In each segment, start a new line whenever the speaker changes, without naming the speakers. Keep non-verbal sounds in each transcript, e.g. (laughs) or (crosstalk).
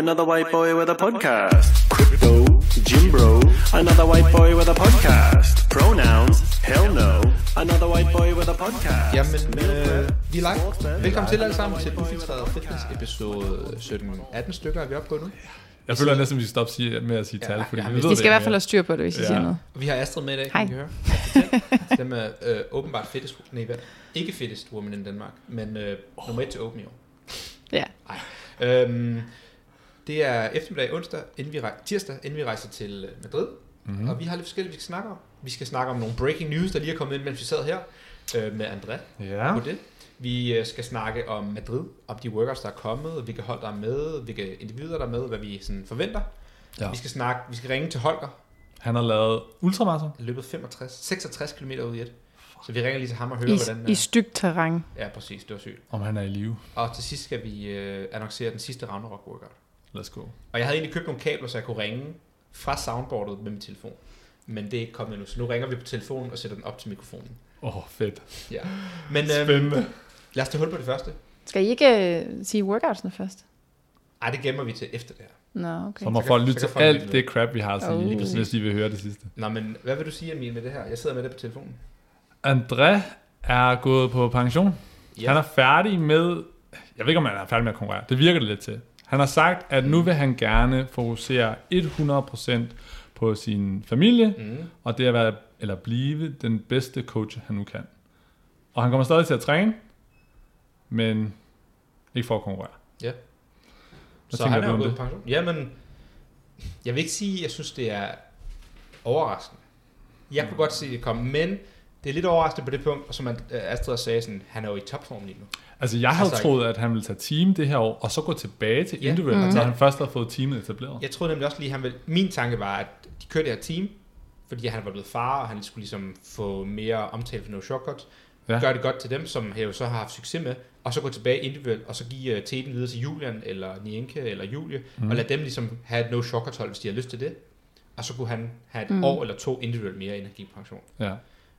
Another white boy with a podcast. Crypto, Jimbro. Another white boy with a podcast. Pronouns, hell no. Another white boy with a podcast.
Jamen, øh, vi er live. Velkommen til alle sammen til Ufiltreret Fitness episode 17-18 stykker, er vi oppe på nu.
Jeg føler næsten, at vi skal stoppe sige, med at sige tal, fordi
ja,
vi
vi- De
ved det
De skal i hvert fald
ikke
have styr på det, hvis I
Ja.
ja. siger noget.
Vi har Astrid med i dag,
Hej.
kan I høre. (laughs) Dem er øh, åbenbart fittest, nej, hvad? ikke fittest woman in Danmark, men øh, nummer et til åben i år.
Ja.
Øhm, det er eftermiddag onsdag, inden vi rej- tirsdag, inden vi rejser til øh, Madrid. Mm-hmm. Og vi har lidt forskellige, vi skal snakke om. Vi skal snakke om nogle breaking news, der lige er kommet ind, mens vi sad her øh, med André.
Ja.
på det. Vi øh, skal snakke om Madrid, om de workers, der er kommet, hvilke hold, der er med, hvilke individer, der er med, hvad vi sådan forventer.
Ja.
Vi skal snakke, vi skal ringe til Holger,
Han har lavet ultramarathon.
løbet 65, 66 km ud i et. Så vi ringer lige til ham og hører,
I,
hvordan...
i
øh,
stygt terræn.
Ja, præcis, det var sygt.
Om han er i live.
Og til sidst skal vi øh, annoncere den sidste Ragnarok workout.
Let's go.
Og jeg havde egentlig købt nogle kabler, så jeg kunne ringe fra soundboardet med min telefon. Men det er ikke kommet endnu, så nu ringer vi på telefonen og sætter den op til mikrofonen.
Åh, oh, fedt.
Ja. Men øh,
Spændende.
lad os tage hul på det første.
Skal I ikke øh, sige workoutsene først?
Ej, det gemmer vi til efter det her.
Nå, okay.
Så må
Så kan-
folk
så
lytte
kan
til
folk
alt
lytte
det crap, vi har at
Oh.
sige,
Lige
oh. hvis de vil høre det sidste.
Nå, men hvad vil du sige, Emil, med det her? Jeg sidder med det på telefonen.
André er gået på pension.
Ja.
Han er færdig med... Jeg ved ikke, om han er færdig med at konkurrere. Det virker det lidt til. Han har sagt, at nu vil han gerne fokusere 100% på sin familie,
Mm.
og det at være, eller blive den bedste coach, han nu kan. Og han kommer stadig til at træne, men ikke for at konkurrere.
Ja.
Hvad
så
tænker
han er
du
jo
om
gået
det?
på pension. Jamen, jeg vil ikke sige, at jeg synes, det er overraskende. Jeg
Mm.
kunne godt se det komme, men det er lidt overraskende på det punkt, og som man- øh, Astrid også sagde, sådan, han er jo i topform lige nu.
Altså, jeg havde
Altså,
troet, at han ville tage team det her år, og så gå tilbage til
Ja.
individuel, mm. når han først havde fået teamet etableret.
Jeg troede nemlig også lige, han ville... Min tanke var, at de kørte det her team, fordi han var blevet far, og han skulle ligesom få mere omtale for No Shortcut.
Ja.
Ja. Gør det godt til dem, som jeg jo så har haft succes med, og så gå tilbage individuelt, og så give uh, teten videre til Julian, eller Nienke, eller Julie, mm. og lade dem ligesom have et No Shortcut hold, hvis de har lyst til det. Og så kunne han have et mm. år eller to individuelt mere, inden han gik på pension.
Ja.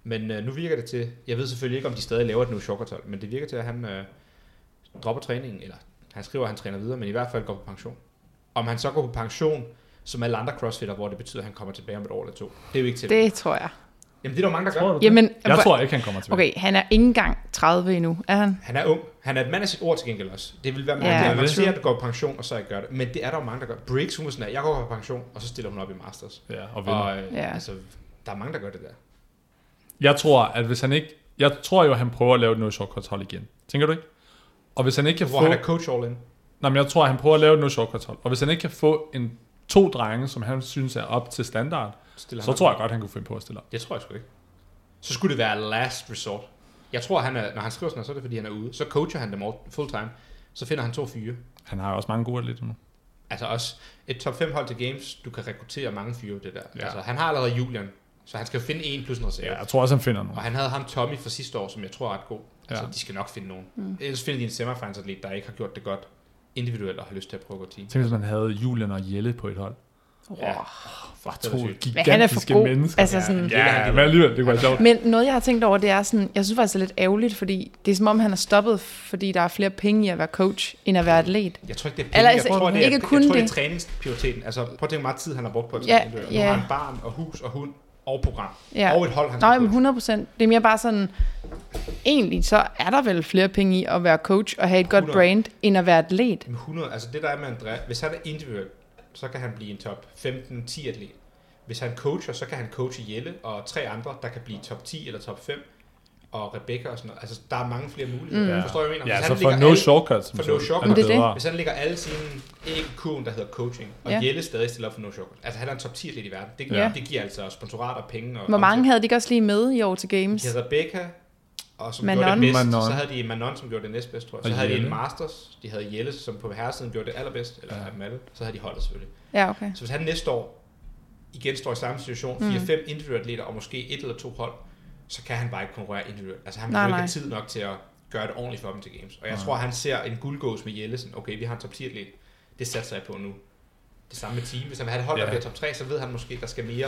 Men uh, nu virker det til, jeg ved selvfølgelig ikke, om de stadig laver et No Shortcut hold, men det virker til, at han uh, dropper træningen, eller han skriver, at han træner videre, men i hvert fald går på pension. Om han så går på pension, som alle andre crossfitter, hvor det betyder, at han kommer tilbage om et år eller to. Det er jo ikke til. Det...
Det tror jeg.
Jamen det er der jo mange, der gør.
Tror du det?
Jamen,
jeg
hvor-
tror ikke, han kommer tilbage.
Okay, han er ikke engang 30 endnu, er han?
Han er ung. Han er et mand af sit ord til gengæld også. Det vil være
Ja.
mærkeligt, at man
Det er
siger, at du går på pension, og så ikke gør det. Men det er der jo mange, der gør. Briggs, hun er sådan, at jeg går på pension, og så stiller hun op i Masters.
Ja, og vinder.
Og øh,
Ja.
altså, der er mange, der gør det der.
Jeg tror, at hvis han ikke... Jeg tror jo, at han prøver at lave et no shortcut hold igen. Tænker du ikke? Og hvis han ikke kan
Hvor
få...
han er coach all in.
Nej, men jeg tror, at han prøver at lave et no shortcut hold. Og hvis han ikke kan få en to drenge, som han synes er op til standard,
Stiller
så
ham
tror
op.
jeg godt, han kunne finde på at stille op.
Det tror jeg sgu ikke. Så skulle det være last resort. Jeg tror, han er, når han skriver sådan noget, så er det, fordi han er ude. Så coacher han dem all- full time. Så finder han to fyre.
Han har jo også mange gode atleter nu.
Altså også et top 5 hold til games, du kan rekruttere mange fyre ved det der.
Ja.
Ja. Altså, han har allerede Julian, så han skal jo finde en plus en reserve.
Ja, jeg tror også, han finder nogen.
Og han havde ham Tommy fra sidste år, som jeg tror er ret god. Ja. Altså,
Ja.
de skal nok finde nogen. Mm. Ellers finder de en semifinalsatlet, der ikke har gjort det godt individuelt og har lyst til at prøve at gå team.
Tænk, hvis man havde Julian og Jelle på et hold.
Ja.
Bare
det var
to
sygt.
Men han er
gigantiske
for god.
mennesker.
Altså sådan,
det er
Ja,
han.
men alligevel, det kunne være sjovt.
Men noget, jeg har tænkt over, det er sådan, jeg synes faktisk, det er lidt ærgerligt, fordi det er som om, han er stoppet, fordi der er flere penge i at være coach, end at være atlet.
Jeg tror ikke, det er
Eller
penge. Jeg
altså,
tror, det er,
ikke
jeg,
kun
tror, det er
det.
træningsprioriteten. Altså, prøv at tænke, hvor meget tid han har brugt på at
Ja,
træne individuelt. Nu
ja.
har han barn og hus og hund og program.
Ja.
Og et hold, han
Nej,
skal coache.
men 100 procent. Det er mere bare sådan, egentlig så er der vel flere penge i at være coach og have et godt
100.
brand, end at være atlet.
Jamen, 100, altså det der er med André, hvis han er individuel, så kan han blive en top 15-10 atlet. Hvis han coacher, så kan han coache Jelle og tre andre, der kan blive top 10 eller top 5, og Rebecca og sådan noget. Altså, der er mange flere muligheder. Mm. Forstår du, hvad jeg mener?
Ja,
Hvis
så
han
for
lægger
no
alle-
shortcuts. som
for
så
no
er
shortcut.
Det er det.
bedre.
Hvis han lægger alle sine æg i kurven, der hedder coaching, og
Ja.
ja. Jelle stadig stiller op for no shortcut. Altså, han er en top 10 atlet i verden. Det,
Ja.
ja. det giver altså sponsorater, penge og...
Hvor mange
omsætning.
havde de ikke også lige med i år til Games?
De havde Rebecca, og som
Manon.
gjorde det bedst.
Manon.
Så havde de Manon, som gjorde det næstbedst, tror jeg. Så
Og
havde de
Jelle.
en Masters. De havde Jelle, som på herresiden gjorde det allerbedst, eller ja. dem alle. Så havde de holdet selvfølgelig.
Ja, okay.
Så hvis han næste år igen står i samme situation,
Mm.
4-5 individuelle atleter og måske et eller to hold, så kan han bare ikke konkurrere individuelt. Altså han vil
Nej,
jo ikke have
nej.
tid nok til at gøre det ordentligt for dem til games. Og jeg tror, han ser en guldgås med Jellesen. Okay, vi har en top 10 atlet. Det satser jeg på nu. Det samme med team. Hvis han vil have et hold, der
Ja.
bliver top 3, så ved han måske, der skal mere.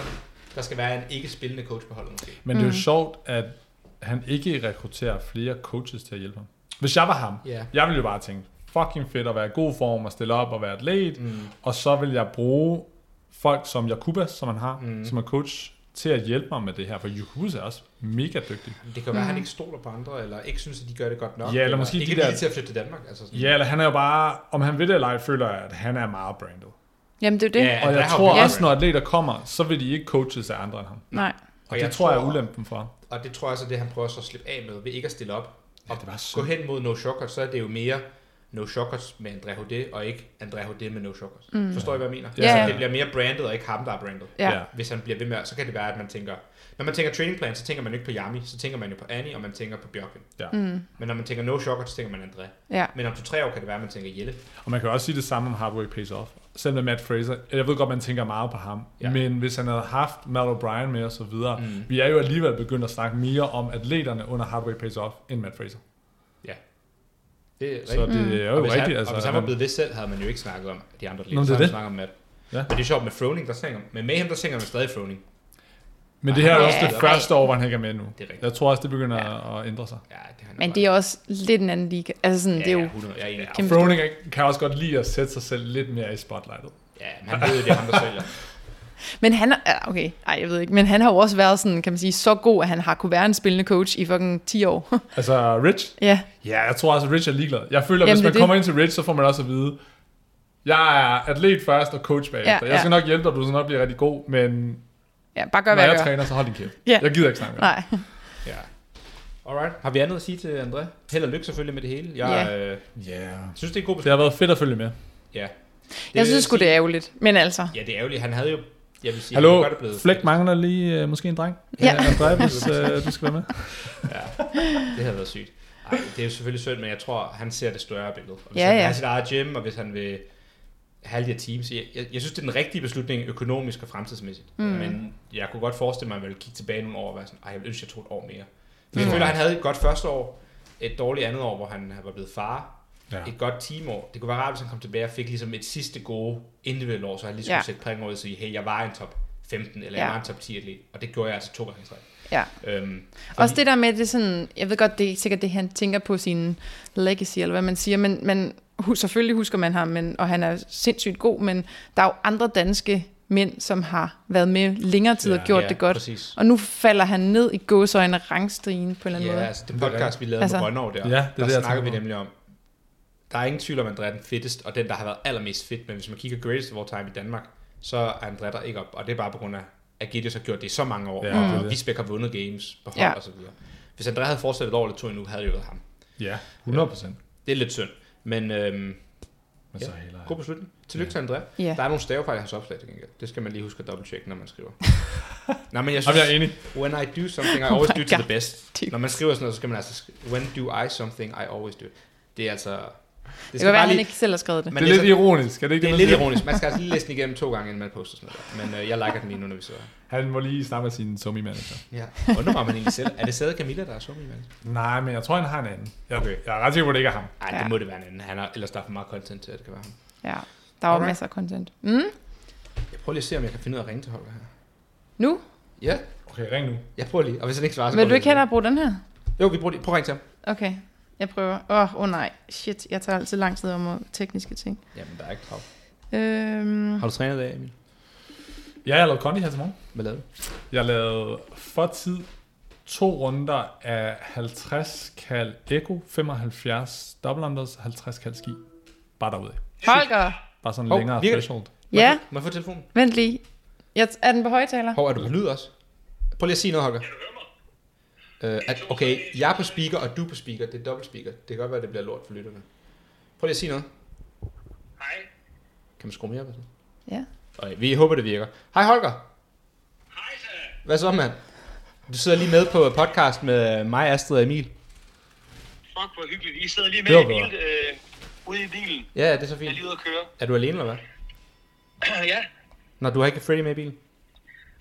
Der skal være en ikke spillende coach på holdet måske.
Men det er
Mm.
jo sjovt, at han ikke rekrutterer flere coaches til at hjælpe ham. Hvis jeg var ham,
Ja.
jeg ville jo bare tænke, fucking fedt at være i god form og stille op og være atlet. Mm. Og så vil jeg bruge folk som Jakuba, som han har, mm. som er coach, til at hjælpe mig med det her. For Jakubus er også mega dygtig.
Det kan være, at han ikke stoler på andre, eller ikke synes, at de gør det godt nok.
Ja, eller måske
ikke
de
er
der-
villige til at flytte til Danmark. Altså sådan.
Ja, eller han er jo bare, om han ved det eller ej, føler jeg, at han er meget brandet.
Jamen, det er jo det.
Ja,
Og
der
jeg
har
tror
vi-
også, når atleter kommer, så vil de ikke coaches af andre end ham.
Nej.
Og, det tror jeg er ulempen for. ham.
Og det tror jeg så er det, han prøver så at slippe af med, ved ikke at stille op. Og
det var så-
gå hen mod no shortcuts, så er det jo mere no shortcuts med André Hodé, og ikke André Hodé med no shortcuts. Mm. Forstår I, hvad jeg mener?
Ja.
Så det bliver mere brandet, og ikke ham, der er brandet.
Ja.
Ja.
ja.
Hvis han bliver ved med, at- så kan det være, at man tænker... Når man tænker training plan, så tænker man jo ikke på Yami, så tænker man jo på Annie, og man tænker på Bjørken.
Ja.
Mm. Men når man tænker no shortcuts, så tænker man André.
ja.
Men om to-tre år kan det være, at man tænker Jelle.
Og man kan også sige det samme om Hardway Pays Off. Selv med Matt Fraser. Jeg ved godt, man tænker meget på ham.
Ja.
Ja. Men hvis han havde haft Matt O'Brien med og så videre,
Mm.
mm. vi er jo alligevel begyndt at snakke mere om atleterne under Hardway Pays Off end Matt Fraser.
Ja. Det er rigtigt.
Så det er jo
og hvis
rigtigt.
Han, altså, og hvis han var
men-
blevet ved selv, havde man jo ikke snakket om de andre
Nå,
lidt.
men
Så
det er
havde man
det.
snakket om Matt.
Ja.
Men det er sjovt med Froning, der tænker med Mayhem, der tænker man stadig Froning.
men det her er
Ej,
også det
ej.
første år, hvor han ikke er med nu.
er rigtigt.
Jeg tror også, det begynder at ændre sig.
Ja, det har
Men det er også lidt en anden liga. Altså sådan,
ja,
det er jo...
ja, 100, jeg er enig.
Kæmpe-
Froning kan også godt lide at sætte sig selv lidt mere i spotlightet.
Ja, men han ved jo, det er ham, der (laughs) sælger.
Men han er, ja, okay, ej, jeg ved ikke, men han har jo også været sådan, kan man sige, så god, at han har kunne være en spillende coach i fucking 10 år. (laughs)
Altså Rich?
ja,
Ja, jeg tror også, at Rich er ligeglad. Jeg føler,
Jamen,
at hvis
det er
man
det.
kommer ind til Rich, så får man også at vide, jeg er atlet først og coach bagefter.
Ja,
jeg skal
ja.
nok hjælpe dig, du skal nok blive rigtig god, men
ja bare gør,
Når
hvad
jeg
jeg gør.
træner, så hold din kæft.
Ja.
Jeg gider ikke snakke med dig.
Nej,
Ja. Alright. Har vi andet at sige til André? Held og lykke selvfølgelig med det hele. Jeg øh,
Yeah.
synes, det er en god
Det
beslutning.
har været fedt at følge med.
Ja. Det
jeg
vil
synes sgu, det
sige-
er ærgerligt, men altså,
Ja, det er ærgerligt. Han havde jo... Jeg vil sige, han
Hallo,
kunne godt er blevet...
Flæk mangler lige øh, måske en dreng.
Ja.
Øh, André, hvis øh, du skal være med.
Det havde været sygt. Ej, det er jo selvfølgelig synd, men jeg tror, han ser det større billede. Og hvis
Ja,
han vil
ja.
have sit eget gym, og hvis han vil have alle de her teams. Jeg, jeg, jeg synes, det er den rigtige beslutning økonomisk og fremtidsmæssigt. Mm. Men jeg kunne godt forestille mig, at man ville kigge tilbage nogle år og være sådan, ej, jeg ønsker, jeg tog et år mere. Men jeg
Mm.
føler, han havde et godt første år, et dårligt andet år, hvor han var blevet far,
Ja.
et godt teamår. Det kunne være rart, hvis han kom tilbage og fik ligesom et sidste gode individuelt år, så han lige skulle
Ja.
ja. sætte prægen over og sige, hey, jeg var en top 15, eller ja.
Ja.
jeg var en top 10 atlet, og det gjorde jeg altså to gange i træk.
ja.
Øhm,
Også det der med, det er sådan, jeg ved godt, det er sikkert det, han tænker på sin legacy, eller hvad man siger, men, men hu- selvfølgelig husker man ham, men, og han er sindssygt god, men der er jo andre danske mænd, som har været med længere tid
Ja,
og gjort
ja,
det godt.
præcis.
Og nu falder han ned i gåsøjne rangstigen på en eller anden
Ja,
måde.
altså det podcast, vi lavede altså,
Altså-
med Rønnov der,
Ja, det er
der
det, jeg
snakker vi
tænker på.
nemlig om. Der er ingen tvivl om, at André er den fittest, og den, der har været allermest fit. Men hvis man kigger greatest of all time i Danmark, så er André der ikke op. Og det er bare på grund af, at Gideon har gjort det i så mange år.
Ja,
Ja,
det er
og
det.
Visbæk har vundet games på hold
Ja.
ja. og så videre. Hvis André havde fortsat et år eller to endnu, havde det jo været ham.
Ja, 100 procent.
Det er lidt synd. Men øhm,
Men
Ja.
så hellere.
god beslutning. Tillykke til André.
Ja.
Der er nogle stavefejl i hans opslag til gengæld. Det skal man lige huske at dobbelttjekke, når man skriver.
(laughs)
Nej, men jeg
Jamen,
synes,
jeg er enig.
When I do something, I
Oh
always
my
do to
God.
the best.
Dude.
Når man skriver sådan noget, så skal man altså skrive, When do I something, I always do. Det er altså...
Det
skal
kan være,
bare
at han ikke selv har skrevet det.
man
Det er lidt
læser-
ironisk, er det ikke
det er
man
lidt
siger?
ironisk. Man skal altså lige læse den igennem to gange, inden man poster sådan noget. der. Men øh, jeg liker den lige nu, når vi sidder her.
Han må lige snakke med sin somi manager.
Ja. Undrer mig, om han egentlig selv... Er det stadig Camilla, der er sum i mand?
Nej, men jeg tror, han har en anden. Jeg,
Okay.
okay. jeg er ret sikker på, at det ikke er ham.
Ej,
Ja.
det må det være en anden. Han har, ellers der er for meget content til, at det kan være ham.
Ja, der var
Alright.
masser af content. Mm?
Jeg prøver lige at se, om jeg kan finde ud af at ringe til Holger her.
Nu?
Ja,
Okay, ring nu.
jeg prøver lige. Og hvis han ikke svarer, så
Vil
går
du
vi
ikke hellere
videre.
bruge den her?
Jo, vi prøver lige. Prøv at ringe til ham.
Okay, jeg prøver. Åh, oh, oh nej. Shit, jeg tager altid lang tid om at- tekniske ting.
Jamen, der er ikke travlt.
Øhm,
Har du trænet i dag, Emil?
Ja, jeg lavede kondi her til morgen.
Hvad lavede du?
Jeg lavede for tid to runder af 50 kal Echo, 75 double unders, 50 kal ski. Bare derude.
Holger!
Bare sådan en
Hov,
længere
virker det?
threshold.
Ja,
Må jeg få telefonen?
vent lige. Jeg, er den på højtaler?
Hov, er du på lyd også? Prøv lige at sige noget, Holger. Øh, at, okay, jeg er på speaker, og du er på speaker. Det er dobbelt speaker. Det kan godt være, det bliver lort for lytterne. Prøv lige at sige noget.
Hej.
Kan man skrue mere på det?
Ja.
Okay, vi håber, det virker. Hej Holger.
Hej så.
Hvad så, mand? Du sidder lige med på podcast med øh, mig, Astrid og Emil.
Fuck, hvor hyggeligt. I sidder lige
Det
med
var
i bilen, øh, ude i bilen.
Ja, ja, det er så
Jeg er
fint.
lige ude at køre.
Er du alene, eller hvad?
ja.
Nå, du har ikke Freddy med i bilen?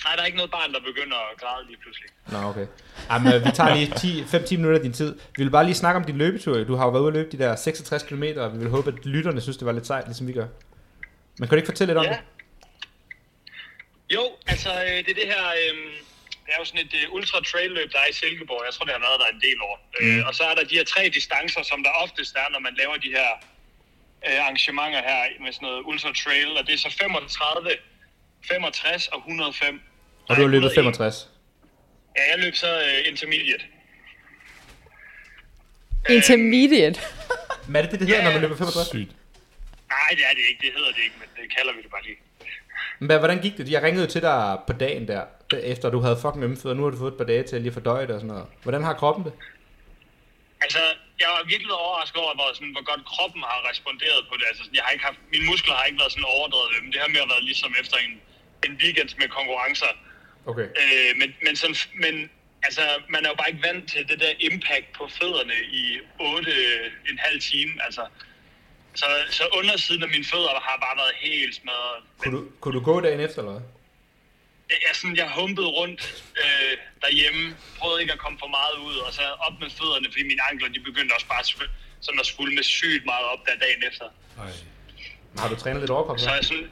Nej, der er ikke noget barn, der begynder at græde lige pludselig.
Nå, okay. Jamen, øh, vi tager lige 10 5-10 minutter af din tid. Vi vil bare lige snakke om din løbetur. Du har jo været ude at løbe de der 66 km, og vi vil håbe, at lytterne synes, det var lidt sejt, ligesom vi gør. Men kan du ikke fortælle lidt om
Ja.
det?
Jo, altså øh, det er det her... Øh, det er jo sådan et øh, ultra-trail-løb, der er i Silkeborg. Jeg tror, det har været der en del år. Mm. Øh, og så er der de her tre distancer, som der oftest er, når man laver de her øh, arrangementer her med sådan noget ultra trail, og det er så 35, 65 og 105.
Og du har
Nej,
løbet
101.
65.
Ja, jeg løb så øh, intermediate.
Intermediate.
Men er det det, det hedder,
Ja,
når man
ja.
løber 65?
Sygt.
Nej, det er det ikke. Det hedder det ikke, men det kalder vi det bare lige.
Men hvad- hvordan gik det? Jeg ringede jo til dig på dagen der, efter du havde fucking ømfødt, og nu har du fået et par dage til at lige fordøje det og sådan noget. Hvordan har kroppen det?
Altså, jeg var virkelig overrasket over, hvor, sådan, hvor godt kroppen har responderet på det. Altså, sådan, jeg har ikke haft, mine muskler har ikke været sådan overdrevet ømme. Det har mere været ligesom efter en, en weekend med konkurrencer.
Okay.
Øh, men, men, sådan, men altså, man er jo bare ikke vant til det der impact på fødderne i 8, en halv time. Altså, så, så undersiden af mine fødder har bare været helt smadret.
Kunne du, kunne du gå dagen efter, eller hvad?
Jeg, jeg, sådan, jeg humpede rundt øh, derhjemme, prøvede ikke at komme for meget ud, og så op med fødderne, fordi mine ankler de begyndte også bare sv- sådan at svulme sygt meget op der dagen efter.
Ej.
Har du trænet lidt overkrop?
Så jeg sådan,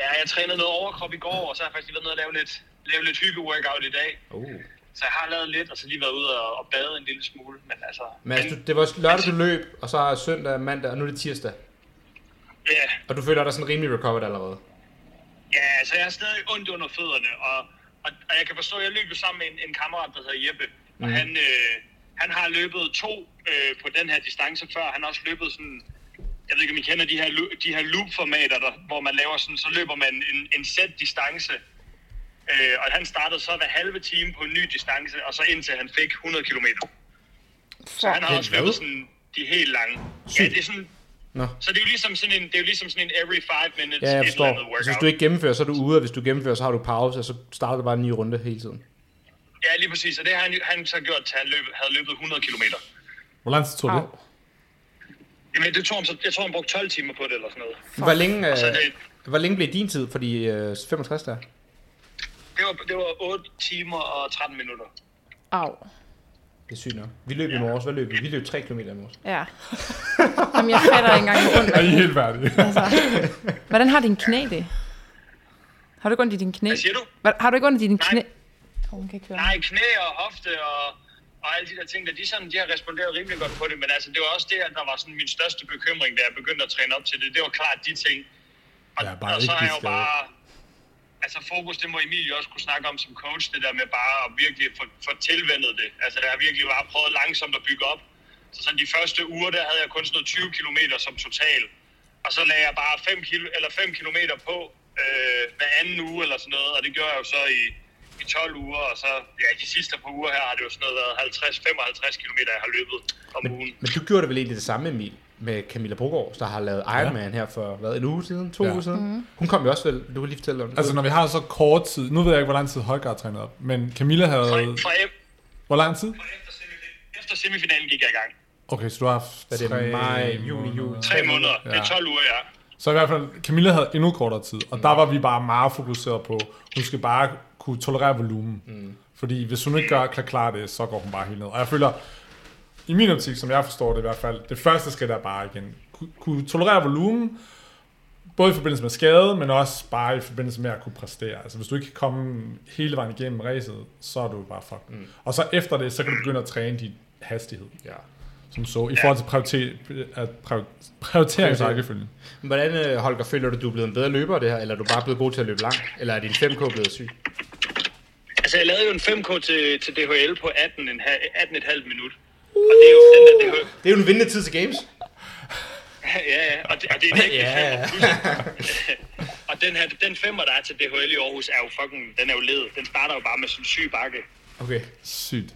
ja, jeg trænede noget overkrop i går, og så har jeg faktisk lige været nede og lave lidt, lave lidt hygge-workout i dag.
Uh.
Så jeg har lavet lidt, og så lige været ude og, og bade en lille smule, men altså...
Men altså, du, det var lørdag, du løb, og så er søndag, mandag, og nu er det tirsdag.
Ja,
Og du føler dig sådan rimelig recovered allerede.
ja, så jeg har stadig ondt under fødderne, og, og, og jeg kan forstå, at jeg løb jo sammen med en, en kammerat, der hedder Jeppe, og
Mm.
han, øh, han har løbet to øh, på den her distance før. Han har også løbet sådan... Jeg ved ikke, om I kender de her, lo- de her loop-formater, der, hvor man laver sådan, så løber man en, en sæt distance, øh, og han startede så hver halve time på en ny distance, og så indtil han fik 100 km. Så han har
Men
også løbet
hvad?
sådan de helt lange. Ja, det er sådan...
Nå.
Så det er jo ligesom sådan en, det er jo ligesom sådan en every five minutes
Ja, jeg
et eller andet
forstår.
workout.
Så Altså, hvis du ikke gennemfører, så er du ude, og hvis du gennemfører, så har du pause, og så starter du bare en ny runde hele tiden.
Ja, lige præcis. Og det har han, han så gjort, til han løb, havde løbet 100 km.
Hvor lang tid tog det?
Au.
Jamen, det tog ham, så, jeg tror, han brugte 12 timer på det eller sådan noget.
Hvor længe,
Så det,
øh, hvor længe blev din tid for de øh, 65 der?
det, var, det var 8 timer og 13 minutter.
Au.
Det er sygt nok. Vi løb i morges. Hvad løb vi? Vi løb 3 km i morges.
Ja. Jamen, jeg fatter ikke engang, hvor ondt
Er I helt færdige?
Hvordan har din knæ det? Har du ikke ondt i din knæ?
Hvad siger du?
Hvad- Har du ikke ondt i din
Nej.
knæ? Oh, hun kan ikke høre.
Nej, knæ og hofte og, og alle de der ting, der, de, sådan, de har responderet rimelig godt på det, men altså, det var også det, at der var sådan min største bekymring, da jeg begyndte at træne op til det. Det var klart de ting. Og,
Ja, bare
og
ikke
så er
blive
jeg jo
skadet.
bare... Altså fokus, det må Emilie også kunne snakke om som coach, det der med bare at virkelig få, få tilvendet det. Altså jeg har virkelig bare prøvet langsomt at bygge op. Så sådan de første uger, der havde jeg kun sådan noget 20 km som total. Og så lagde jeg bare 5, kilo, eller 5 km på øh, hver anden uge eller sådan noget, og det gjorde jeg jo så i, i 12 uger, og så ja, de sidste par uger her har det jo sådan noget været 50-55 km, jeg har løbet om ugen.
Men du gjorde det vel egentlig det samme, Emil, med Camilla Brogaard, der har lavet Ironman her for hvad, en uge siden? To
Ja.
uger siden? Hun kom jo også vel, du kan lige fortælle om det.
(laughs) Altså, når vi har så kort tid... Nu ved jeg ikke, hvor lang tid Højgaard trænede op, men Camilla havde...
Fra, fra, e-
Hvor lang tid?
fra efter, semifinalen, efter semifinalen gik jeg i gang.
Okay, så du har haft
Hvad er det,
tre
maj, juni, juli?
Tre måneder. Det er
Ja.
12 uger, ja.
Så i hvert fald, Camilla havde endnu kortere tid, og der var vi bare meget fokuseret på, hun skal bare kunne tolerere volumen. Mm. Fordi hvis hun ikke gør, kan klare det, så går hun bare helt ned. Og jeg føler, i min optik, som jeg forstår det i hvert fald, det første skal der bare igen, ku- kunne tolerere volumen, både i forbindelse med skade, men også bare i forbindelse med at kunne præstere. Altså hvis du ikke kan komme hele vejen igennem racet, så er du bare fucked. Mm. Og så efter det, så kan du begynde at træne din hastighed.
Ja.
Som så, i forhold til prioritet, at prior- prioriteringsrækkefølgen.
Hvordan, øh, Holger, føler du, du er blevet en bedre løber af det her, eller er du bare blevet god til at løbe langt? Eller er din 5K blevet syg?
Altså, jeg lavede jo en 5K til, til DHL på 18, en, ha- 18,5 minut. Og det er jo den der DHL.
Det er jo en vindende tid til games.
ja, ja. Og det, og det er en ægte
Ja.
femmer plus. og den her, den femmer, der er til DHL i Aarhus, er jo fucking, den er jo led. Den starter jo bare med sådan en syg bakke.
Okay.
Sygt.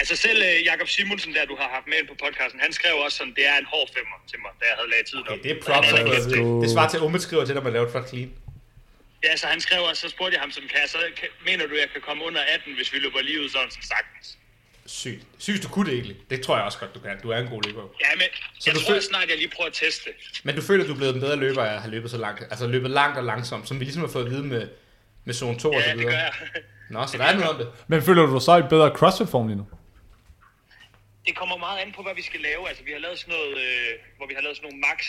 Altså selv øh, Jakob Simonsen, der du har haft med ind på podcasten, han skrev også sådan, det er en hård femmer til mig, da jeg havde lagt tiden op.
okay det er props. altså.
Han
Det,
anerkendte det.
det, det svarer til, at Umut skriver til dig, at man laver et flot clean.
Ja, så han skrev også, så spurgte jeg ham sådan, kan jeg så, kan, mener du, jeg kan komme under 18, hvis vi løber lige ud sådan, sådan sagtens?
Sygt. Synes du kunne det egentlig? Det tror jeg også godt, du kan. Du er en god løber.
Ja, men så jeg
du
tror
føl-
føl- snart, jeg lige prøver at teste.
Men du føler, du er blevet en bedre løber af at have løbet så langt? Altså løbet langt og langsomt, som vi ligesom har fået at vide med, med zone 2 og
Ja,
så
det
videre.
gør jeg.
Nå, så der er noget om det.
Men føler du dig så i bedre CrossFit-form lige nu?
Det kommer meget an på, hvad vi skal lave. Altså, vi har lavet sådan noget, øh, hvor vi har lavet sådan nogle max.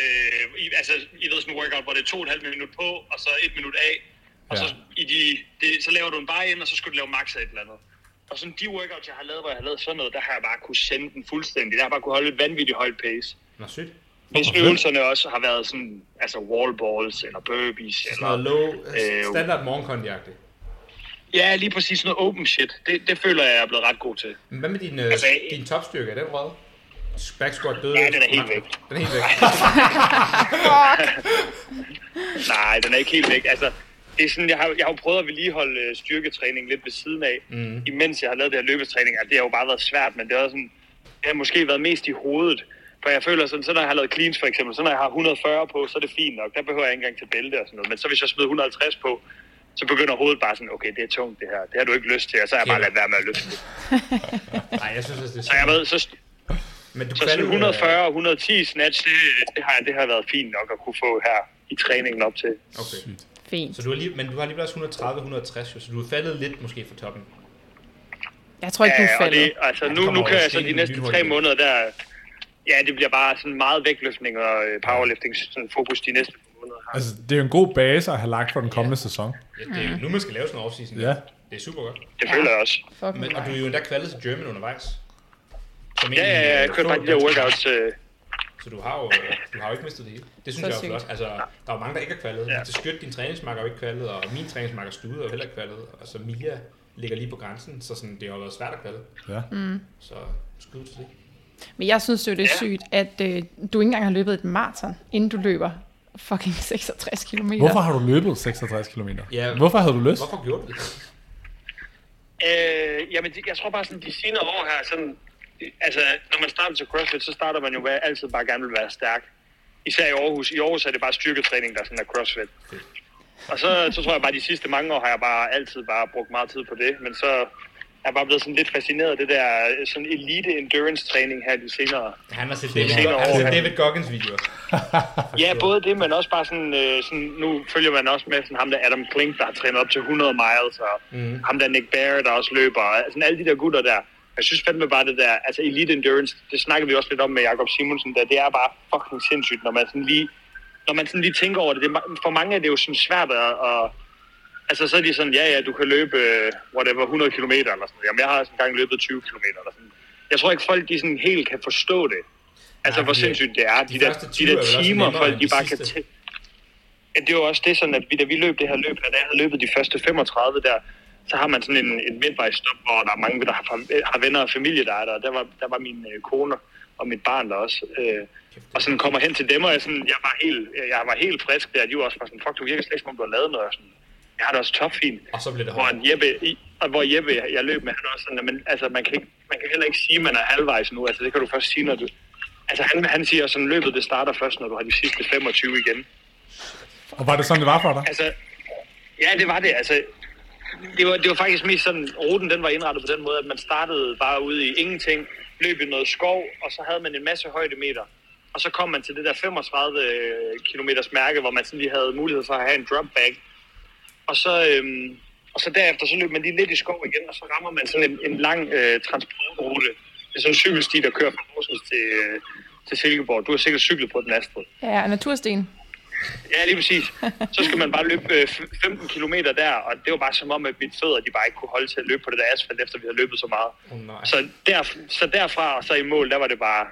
Øh, i, altså, I ved sådan en workout, hvor det er to og et halvt minut på, og så et minut af. Og
Ja.
ja. så, i de, det, så laver du en bare ind, og så skal du lave max af et eller andet. Og sådan de workouts, jeg har lavet, hvor jeg har lavet sådan noget, der har jeg bare kunne sende den fuldstændig. Der har jeg bare kunne holde et vanvittigt højt pace.
Nå, sygt.
Hvis øvelserne også har været sådan, altså wall balls eller burpees.
Sådan noget
Eller,
low,
Øh,
standard morgenkondiagtigt.
ja, lige præcis sådan noget open shit. Det, det føler jeg, jeg er blevet ret god til.
Men hvad med din, øh,
Altså,
din topstyrke? Er den rød? Back squat døde?
Ja, den er helt væk.
Den er helt væk.
Nej, den er ikke helt væk. Altså, det er sådan, jeg har, jeg har jo prøvet at vedligeholde øh, styrketræning lidt ved siden af, mm. imens jeg har lavet det her løbetræning. Altså, det har jo bare været svært, men det har, sådan, det har måske været mest i hovedet. For jeg føler sådan, så når jeg har lavet cleans for eksempel, så når jeg har 140 på, så er det fint nok. Der behøver jeg ikke engang til bælte og sådan noget. Men så hvis jeg smider 150 på, så begynder hovedet bare sådan, okay, det er tungt det her. Det har du ikke lyst til, og så har jeg bare
Kæmpe.
ladt være med at løfte det.
Nej, jeg synes, at det er
Så jeg ved, så,
Men du
så sådan 140 og 110 snatch, det, det, har, det har været fint nok at kunne få her i træningen op til.
Okay.
Fint.
Så du har lige, men du har lige også 130-160, jo, så du er faldet lidt måske fra toppen.
Jeg tror ikke, du
Ja, og
falder.
det, altså, nu,
kommer
nu kan
over
jeg så de
scenen
næste tre
lynhurtigt.
måneder der... Ja, det bliver bare sådan meget vægtløftning og øh, powerlifting sådan fokus de næste par måneder. her.
Altså, det er jo en god base at have lagt for den kommende sæson.
Ja, det er jo nu, man skal lave sådan en offseason.
Ja.
Det er super godt.
Det føler jeg også.
Fuck
Men, og du er jo endda kvaldet til German undervejs. Som
Ja, ja, ja, jeg kører bare de der workouts. Øh,
Så du har, jo, øh, du har jo ikke mistet det hele. Det synes
Så
jeg er
sygt.
flot. Altså, der er jo mange, der ikke er kvaldet. Ja.
Ja.
Til skyt, din træningsmarker er jo ikke kvaldet, og min træningsmarker Stude er jo heller ikke kvaldet. Og så Mia ligger lige på grænsen, så sådan, det har jo været svært at kvalde.
Ja.
Så skud til det.
Men jeg synes jo, det er
Ja.
sygt, at øh, du ikke engang har løbet et maraton, inden du løber fucking 66 km.
Hvorfor har du løbet 66 km?
Ja.
Hvorfor havde du lyst?
Hvorfor gjorde du det?
øh, jamen, det- jeg tror bare sådan, de senere år her, sådan... Altså, når man starter til CrossFit, så starter man jo med, at altid bare gerne vil være stærk. Især i Aarhus. I Aarhus er det bare styrketræning, der sådan er CrossFit. Og så, så tror jeg bare, de sidste mange år har jeg bare altid bare brugt meget tid på det. Men så er jeg bare blevet sådan lidt fascineret af det der øh, sådan elite endurance træning her de senere.
Han har set David,
senere
han har set
år.
David Goggins videoer.
Ja, både det, men også bare sådan, øh, sådan nu følger man også med sådan ham der Adam Klink, der har trænet op til 100 miles, og mm. ham der Nick Bear, der også løber, og sådan alle de der gutter der. Jeg synes fandme bare det der, altså elite endurance, det snakkede vi også lidt om med Jakob Simonsen, der det er bare fucking sindssygt, når man sådan lige, når man sådan lige tænker over det. det er, ma- for mange er det jo sådan svært at, at Altså, så er de sådan, ja, ja, du kan løbe, øh, whatever, 100 km eller sådan noget. Jamen, jeg har også engang løbet 20 km eller sådan Jeg tror ikke, folk de sådan helt kan forstå det. Altså,
Nej,
hvor
de-
sindssygt det er.
de
De, der,
første
de
20 er
der
vel også
timer,
nemmere
folk
end
de
de
bare kan
sidste.
til. Ja, det er jo også det sådan, at vi, da vi løb det her løb, her, da jeg havde løbet de første 35 der, så har man sådan en, en midtvejsstop, hvor der er mange, der har, fam- har venner og familie, der er der. Og Der var, der var min øh, kone og mit barn der også. Øh, og sådan kommer hen til dem, og jeg, sådan, jeg, var helt, jeg var helt frisk der. De var også bare sådan, fuck, du virker slet ikke, som om du har lavet noget. Og sådan, jeg har det også topfint.
Og så blev det
Hvor
hårdt.
en Jeppe, i- og hvor Jeppe, jeg- jeg løb med, han er også sådan, men altså, man kan, ikke, man kan heller ikke sige, at man er halvvejs nu. Altså, det kan du først sige, når du... Altså, han, han siger sådan, løbet det starter først, når du har de sidste 25 igen.
Og var det sådan, det var for dig?
Altså, ja, det var det. Altså, det var, det var faktisk mest sådan, ruten den var indrettet på den måde, at man startede bare ude i ingenting, løb i noget skov, og så havde man en masse højdemeter. Og så kom man til det der 35 km mærke, hvor man sådan lige havde mulighed for at have en drop bag. Og så, øhm, og så derefter, så løb man lige lidt i skov igen, og så rammer man sådan en, en lang øh, transportrute. Det er sådan en cykelsti, der kører fra Horsens til, øh, til Silkeborg. Du har sikkert cyklet på den, Astrid.
Ja, natursten.
Ja, lige præcis. Så skal man bare løbe øh, f- 15 km der, og det var bare som om, at mine fødder de bare ikke kunne holde til at løbe på det der asfalt, efter vi havde løbet så meget.
Åh, nej.
Så, der, så derfra og så i mål, der var det bare,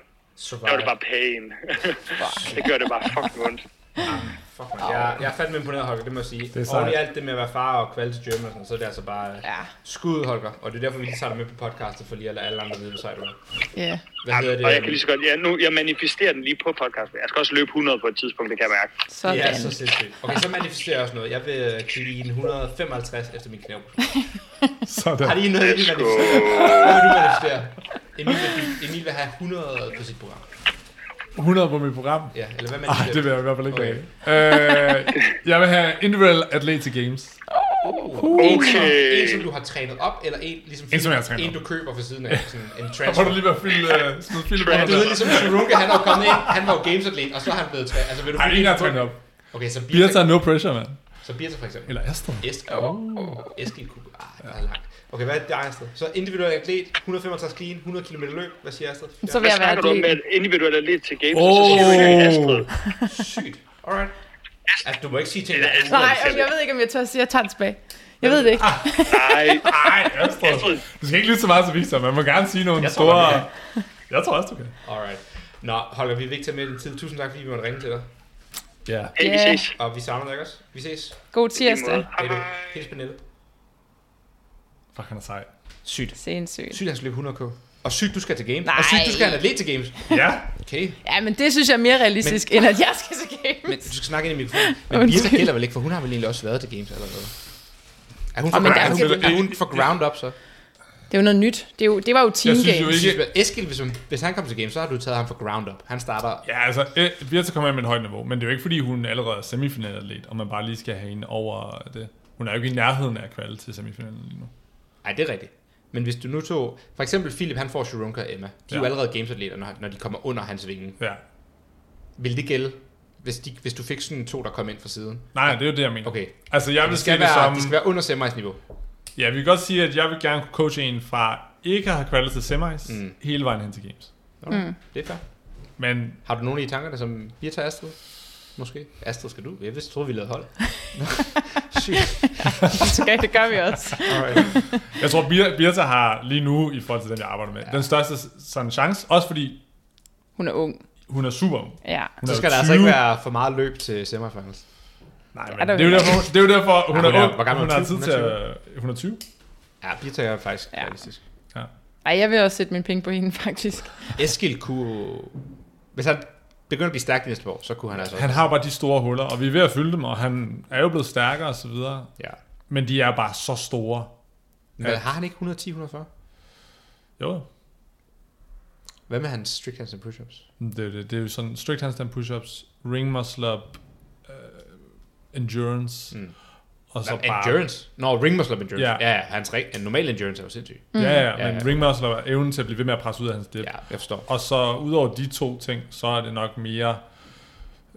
der var det bare
Survive.
pain. (laughs) det gør det bare fucking ondt.
Fuck, man. Jeg, jeg er fandme imponeret, Holger, det må jeg sige. Det
er
er
sejt.
Oven i alt det med at være far og kvalde til German og sådan, så er det altså bare ja.
Ja.
skud, Holger. Og det er derfor, vi lige tager dig med på podcastet, for lige at lade alle andre vide, hvor sej du er.
Ja.
Hvad hedder det?
Og jeg kan lige så godt, ja, nu, jeg manifesterer den lige på podcasten. Jeg skal også løbe 100 på et tidspunkt, det kan jeg mærke.
Sådan.
Det er så sindssygt. Okay, så manifesterer jeg også noget. Jeg vil clean 155 efter min knæv. Altså,
Sådan.
Har de noget, I vil
Let's go.
manifestere? Hvad vil du manifestere? Emil vil, Emil vil have 100 på sit program.
100 på mit program.
Ja, eller hvad
Ej,
manifesterer
det vil jeg i hvert fald ikke
Okay.
okay. øh, Jeg vil have individual Athletic Games.
Oh. En,
Okay.
som du har trænet op, eller en, ligesom
En, som jeg har trænet
en du køber for siden af. Sådan en
Så må
transfer.
du lige være fyldt, uh, smidt fyldt på
Trend.
Du ved
dig.
ligesom, Shurunke, han er jo kommet ind, han var jo gamesatlet, og så er han blevet trænet. Altså, vil du
Ej,
virkelig-
en har trænet op.
Okay, så
Vi har
Birta,
taget no pressure, mand.
så Birta for eksempel.
Eller Astrid.
Eskild oh. Eskild kunne... Ah, det er langt. Okay, hvad er det, Astrid? Så individuel atlet, 155 clean, 100 km løb. Hvad siger Astrid?
Så vil
Hvad
jeg være
snakker du om med
atlet.
et individuelt atlet til games, og så siger du ikke engang Astrid?
Åh,
Sygt. Alright. Altså, du må ikke sige ting, der er
Nej, og jeg ved ikke, om jeg tør at sige, at jeg tager den tilbage. Jeg ved det ikke.
Ah. Nej,
ej, Astrid.
Astrid.
Du skal ikke lytte så meget til Victor, man må gerne sige nogle
Jeg tror
store...
godt,
Jeg tror også, du kan.
Alright. Nå, Holger, vi vil ikke tage mere din tid. Tusind tak, fordi vi måtte ringe til dig.
Ja.
Hey, vi
Ja.
ses.
Og vi savner dig ikke også. Vi ses.
God
I lige måde.
tirsdag.
Hej,
Hej du.
hej.
Hils Pernille.
Fuck, han er sej.
Sygt.
Sindssygt.
Sygt, han skal løbe 100k. Og sygt, du skal til games.
Nej.
Og sygt, du skal have en atlet til games.
Ja.
Okay,
Ja, men det synes jeg er mere realistisk, men... end at jeg skal til games.
men du skal snakke ind i mikrofonen. Men
Undskyld.
Birte gælder vel ikke, for hun har vel egentlig også været til games allerede. Er hun for,
Åh, men der er
er hun,
jo
er hun for ground up, så?
Det er jo noget nyt. Det, er jo, det var jo team
synes jo
games.
ikke-
Hvis- hvis- Eskild, hvis, hun, hvis han kommer til games, så har du taget ham for ground up. Han starter...
Ja, altså, øh, Birte kommer ind med et højt niveau, men det er jo ikke, fordi hun allerede er semifinalalet, og man bare lige skal have hende over det. Hun er jo ikke i nærheden af at kvalde til semifinalen lige nu.
Nej, det er rigtigt. Men hvis du nu tog... For eksempel Philip, han får Sharonka og Emma. De er jo
Ja.
allerede gamesatleter, når, når de kommer under hans vinge.
Ja.
Vil det gælde, hvis, de, hvis du fik sådan to, der kom ind fra siden?
Nej, det er jo det, jeg mener.
Okay.
Altså, jeg vil
Det
sige
skal,
det
være,
som...
det skal være under semis niveau.
Ja, vi kan godt sige, at jeg vil gerne kunne coache en fra ikke at have kvalet til semis,
Mm.
mm. hele vejen hen til games.
Mm. Det er fair.
Men
Har du nogen i tankerne, som Birta og Astrid? Måske. Astrid, skal du? Jeg vidste, troede, vi lavede
(laughs)
hold. Sygt.
(laughs) Okay, det gør vi også.
Alright.
Jeg tror, Bir- Birta har lige nu, i forhold til den, jeg arbejder med, ja. den største sådan chance. Også fordi
Hun er ung.
hun er super ung.
Ja.
Hun
Så
er
skal der
20.
altså ikke være for meget løb til semifinals.
Nej, men,
Er der
det, er jo
jo
derfor, det er jo derfor, hun
Ej,
er,
hun er-
ung.
hvor gammel er
hun har
hun?
tid til at... Hun er 20.
Ja, Birta er faktisk ja.
Ja.
realistisk.
Ej, jeg vil også sætte min penge på hende, faktisk.
Eskild kunne... Hvis han begynder at blive stærk de næste par år, så kunne han altså...
Han har bare de store huller, og vi er ved at fylde dem, og han er jo blevet stærkere og så videre.
Ja.
Men de er bare så store.
Men
Ja.
har han ikke 110-140?
Jo,
Hvad med hans strict hands and push-ups?
det er, jo det. det er jo sådan strict handstand push-ups, ring muscle up, øh, endurance,
Mm.
mm. og så
Nå,
bare...
endurance? Nå, ring muscle up endurance. Ja,
Ja.
ja, ja hans re- en normal endurance er jo sindssyg.
Ja, ja,
Mm. Ja,
men
ja.
ring muscle up er evnen til at blive ved med at presse ud af hans dip.
Ja, jeg forstår.
Og så udover de to ting, så er det nok mere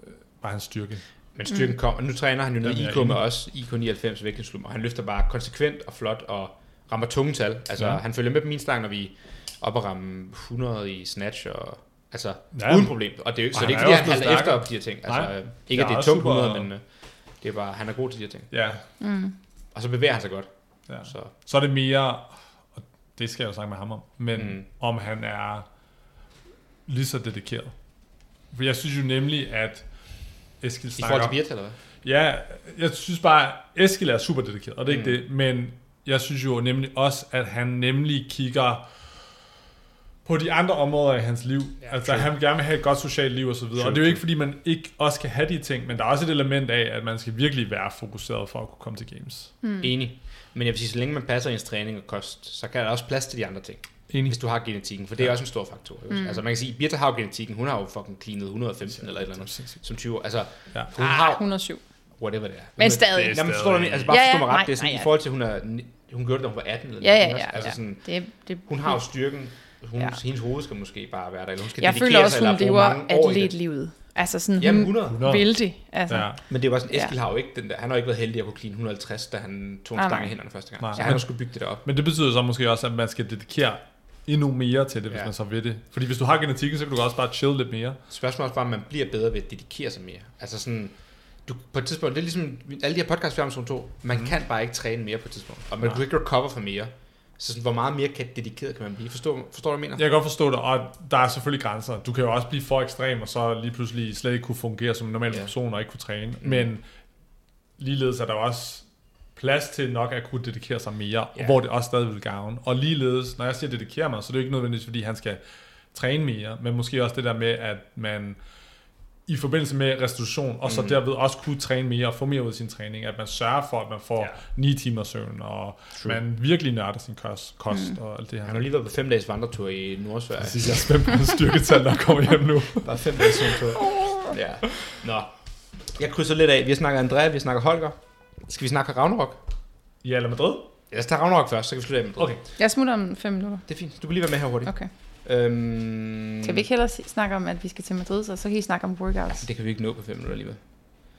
øh, bare hans styrke.
Men styrken mm. kom, og nu træner han jo noget
Jamen, jeg er
IK med
enig.
os, IK 99 vægtningsklub, og han løfter bare konsekvent og flot og rammer tunge tal. Altså, ja.
Ja.
han følger med på min stang, når vi er oppe og ramme 100 i snatch og... Altså, ja,
Ja,
uden
men-
problem. Og det er jo ikke,
Og
så det er ikke,
han
fordi han
er også blevet
halter efter
stærkere.
op de her ting. Altså,
Nej.
øh, ikke at
Jeg
det
er
er
også
tungt
super-
100, men øh, det er bare, han er god til de her ting.
Ja,
Og så bevæger han sig godt.
ja.
Så
Så er det mere, og det skal jeg jo snakke med ham om, men
Mm.
mm. om han er lige så dedikeret. For jeg synes jo nemlig, at Eskil
i forhold
snakker...
til Birte, eller hvad?
ja, jeg synes bare, at Eskil er super dedikeret, og det er mm. ikke det, men jeg synes jo nemlig også, at han nemlig kigger på de andre områder i hans liv. Ja, altså,
true.
han vil gerne have et godt socialt liv og så videre.
True,
og det er jo ikke, fordi man ikke også kan have de ting, men der er også et element af, at man skal virkelig være fokuseret for at kunne komme til games.
Mm. Enig. Men jeg vil sige, så længe man passer ens træning og kost, så kan der også plads til de andre ting.
Enig.
Hvis du har genetikken, for det er også en stor faktor. Mm. Altså man kan sige, Birte har jo genetikken, hun har jo fucking cleanet 115 eller et eller andet, som 20 år. Altså, ja.
Ja.
hun har
107.
whatever det er.
Ah, Men stadig.
Nå, men forstår du, hvad jeg mener? altså bare
Ja, ja,
forstå mig ret,
nej,
det er sådan,
nej,
i
ja.
forhold til, hun er, ni- hun gjorde det, da hun var 18 eller
Ja, ja,
19,
ja.
Altså
ja.
sådan,
Det, det,
hun har jo styrken, hun,
Ja.
hendes hoved skal måske bare være der, eller hun skal
jeg
dedikere
føler også,
sig,
hun
eller bruge
lever
mange år i det.
atletlivet. Altså sådan,
Jamen,
hun
100.
vil det. Altså.
Ja.
Men det var sådan,
Ja.
Eskild har jo ikke den der, han har jo ikke været heldig at kunne clean 150, da han tog en
Nej,
stang i
nej.
hænderne første gang.
Nej.
Så han har skulle bygge det der op.
Men det betyder så måske også, at man skal dedikere endnu mere til det, hvis
Ja.
ja. man så ved det. Fordi hvis du har genetikken, så kan du også bare chill lidt mere.
Spørgsmålet er også bare, om man bliver bedre ved at dedikere sig mere. Altså sådan, du, på et tidspunkt, det er ligesom alle de her podcasts, vi har om zone 2, man mm. kan bare ikke træne mere på et tidspunkt, og man
Nej.
kan ikke recover for mere. Så sådan, hvor meget mere kan, dedikeret kan man blive? Forstår, forstår du, hvad jeg mener?
Jeg kan godt forstå det, og der er selvfølgelig grænser. Du kan jo også blive for ekstrem, og så lige pludselig slet ikke kunne fungere som en normal
Ja.
ja. person, og ikke kunne træne. Mm. Men ligeledes er der jo også plads til nok at kunne dedikere sig mere,
Ja.
ja. hvor det også stadig vil gavne. Og ligeledes, når jeg siger dedikere mig, så er det jo ikke nødvendigvis, fordi han skal træne mere, men måske også det der med, at man i forbindelse med restitution, og så mm. derved også kunne træne mere og få mere ud af sin træning, at man sørger for, at man får
Ja.
ja. 9 timer søvn, og True. man virkelig nørder sin kost, kost mm. og alt det her.
Han har lige været på fem dages vandretur i Nordsverige.
Præcis, jeg er spændt på hans styrketal, der kommer hjem nu.
Bare fem dage siden på. (laughs) Ja. Nå. Jeg krydser lidt af. Vi snakker Andrea, vi snakker Holger. Skal vi snakke Ragnarok?
Ja, eller Madrid?
Ja, lad os tage Ragnarok først, så kan vi slutte af med det.
Okay.
Jeg smutter om fem minutter.
Det er fint. Du kan lige være med her hurtigt.
Okay.
Øhm,
Skal vi ikke hellere se- snakke om, at vi skal til Madrid, så, så kan I snakke om workouts?
Det kan vi ikke nå på fem minutter alligevel.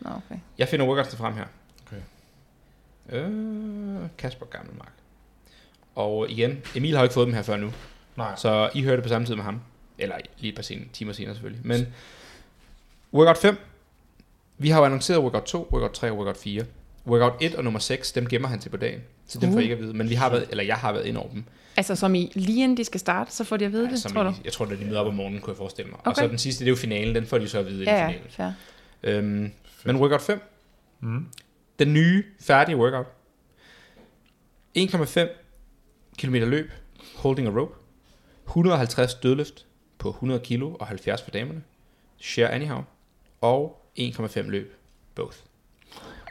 Nå, okay.
Jeg finder workoutsene frem her.
Okay.
Øh, Kasper Gammelmark. Og igen, Emil har jo ikke fået dem her før nu,
Nej.
så I hører det på samme tid med ham. Eller lige et par sen- timer senere selvfølgelig. Men workout 5. Vi har jo annonceret workout 2, workout 3 og workout 4. Workout 1 og nummer 6, dem gemmer han til på dagen. Så
Uh.
dem får I ikke at vide. Men vi har været, eller jeg har været ind over dem.
Altså som i, lige inden de skal starte, så får de at vide det,
Som
tror
I,
du?
Jeg tror, det er lige møder op om morgenen, kunne jeg forestille mig. Okay. Og
Okay.
så den sidste, det er jo finalen. Den får de så at vide
Ja,
ja. i
ja,
finalen.
fair.
Øhm, men workout 5. Mm. Den nye, færdige workout. 1,5 km løb, holding a rope. 150 dødløft på 100 kilo og 70 for damerne. Share anyhow. Og 1,5 løb, both.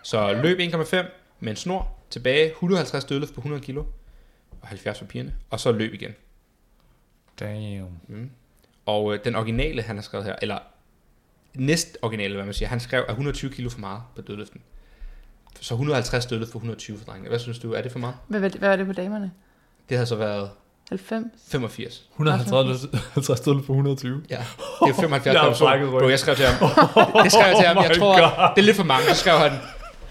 Så løb 1,5 med en snor. Tilbage 150 dødløft på 100 kilo og 70 for pigerne. Og så løb igen.
Damn.
Og øh, den originale, han har skrevet her, eller næst originale, hvad man siger, han skrev, er 120 kilo for meget på dødløften. Så 150 dødløft for 120 for drengene. Hvad synes du, er det for meget?
Hvad, hvad, hvad var det på damerne?
Det havde så været
90?
85.
150 stødler på 120.
Ja, det er 75
(laughs) Jeg har
per
brækket
person.
ryggen.
Bro, jeg skrev til ham. Det skrev jeg til ham.
Oh
Jeg
my
tror,
God.
det er lidt for mange. Så skrev han,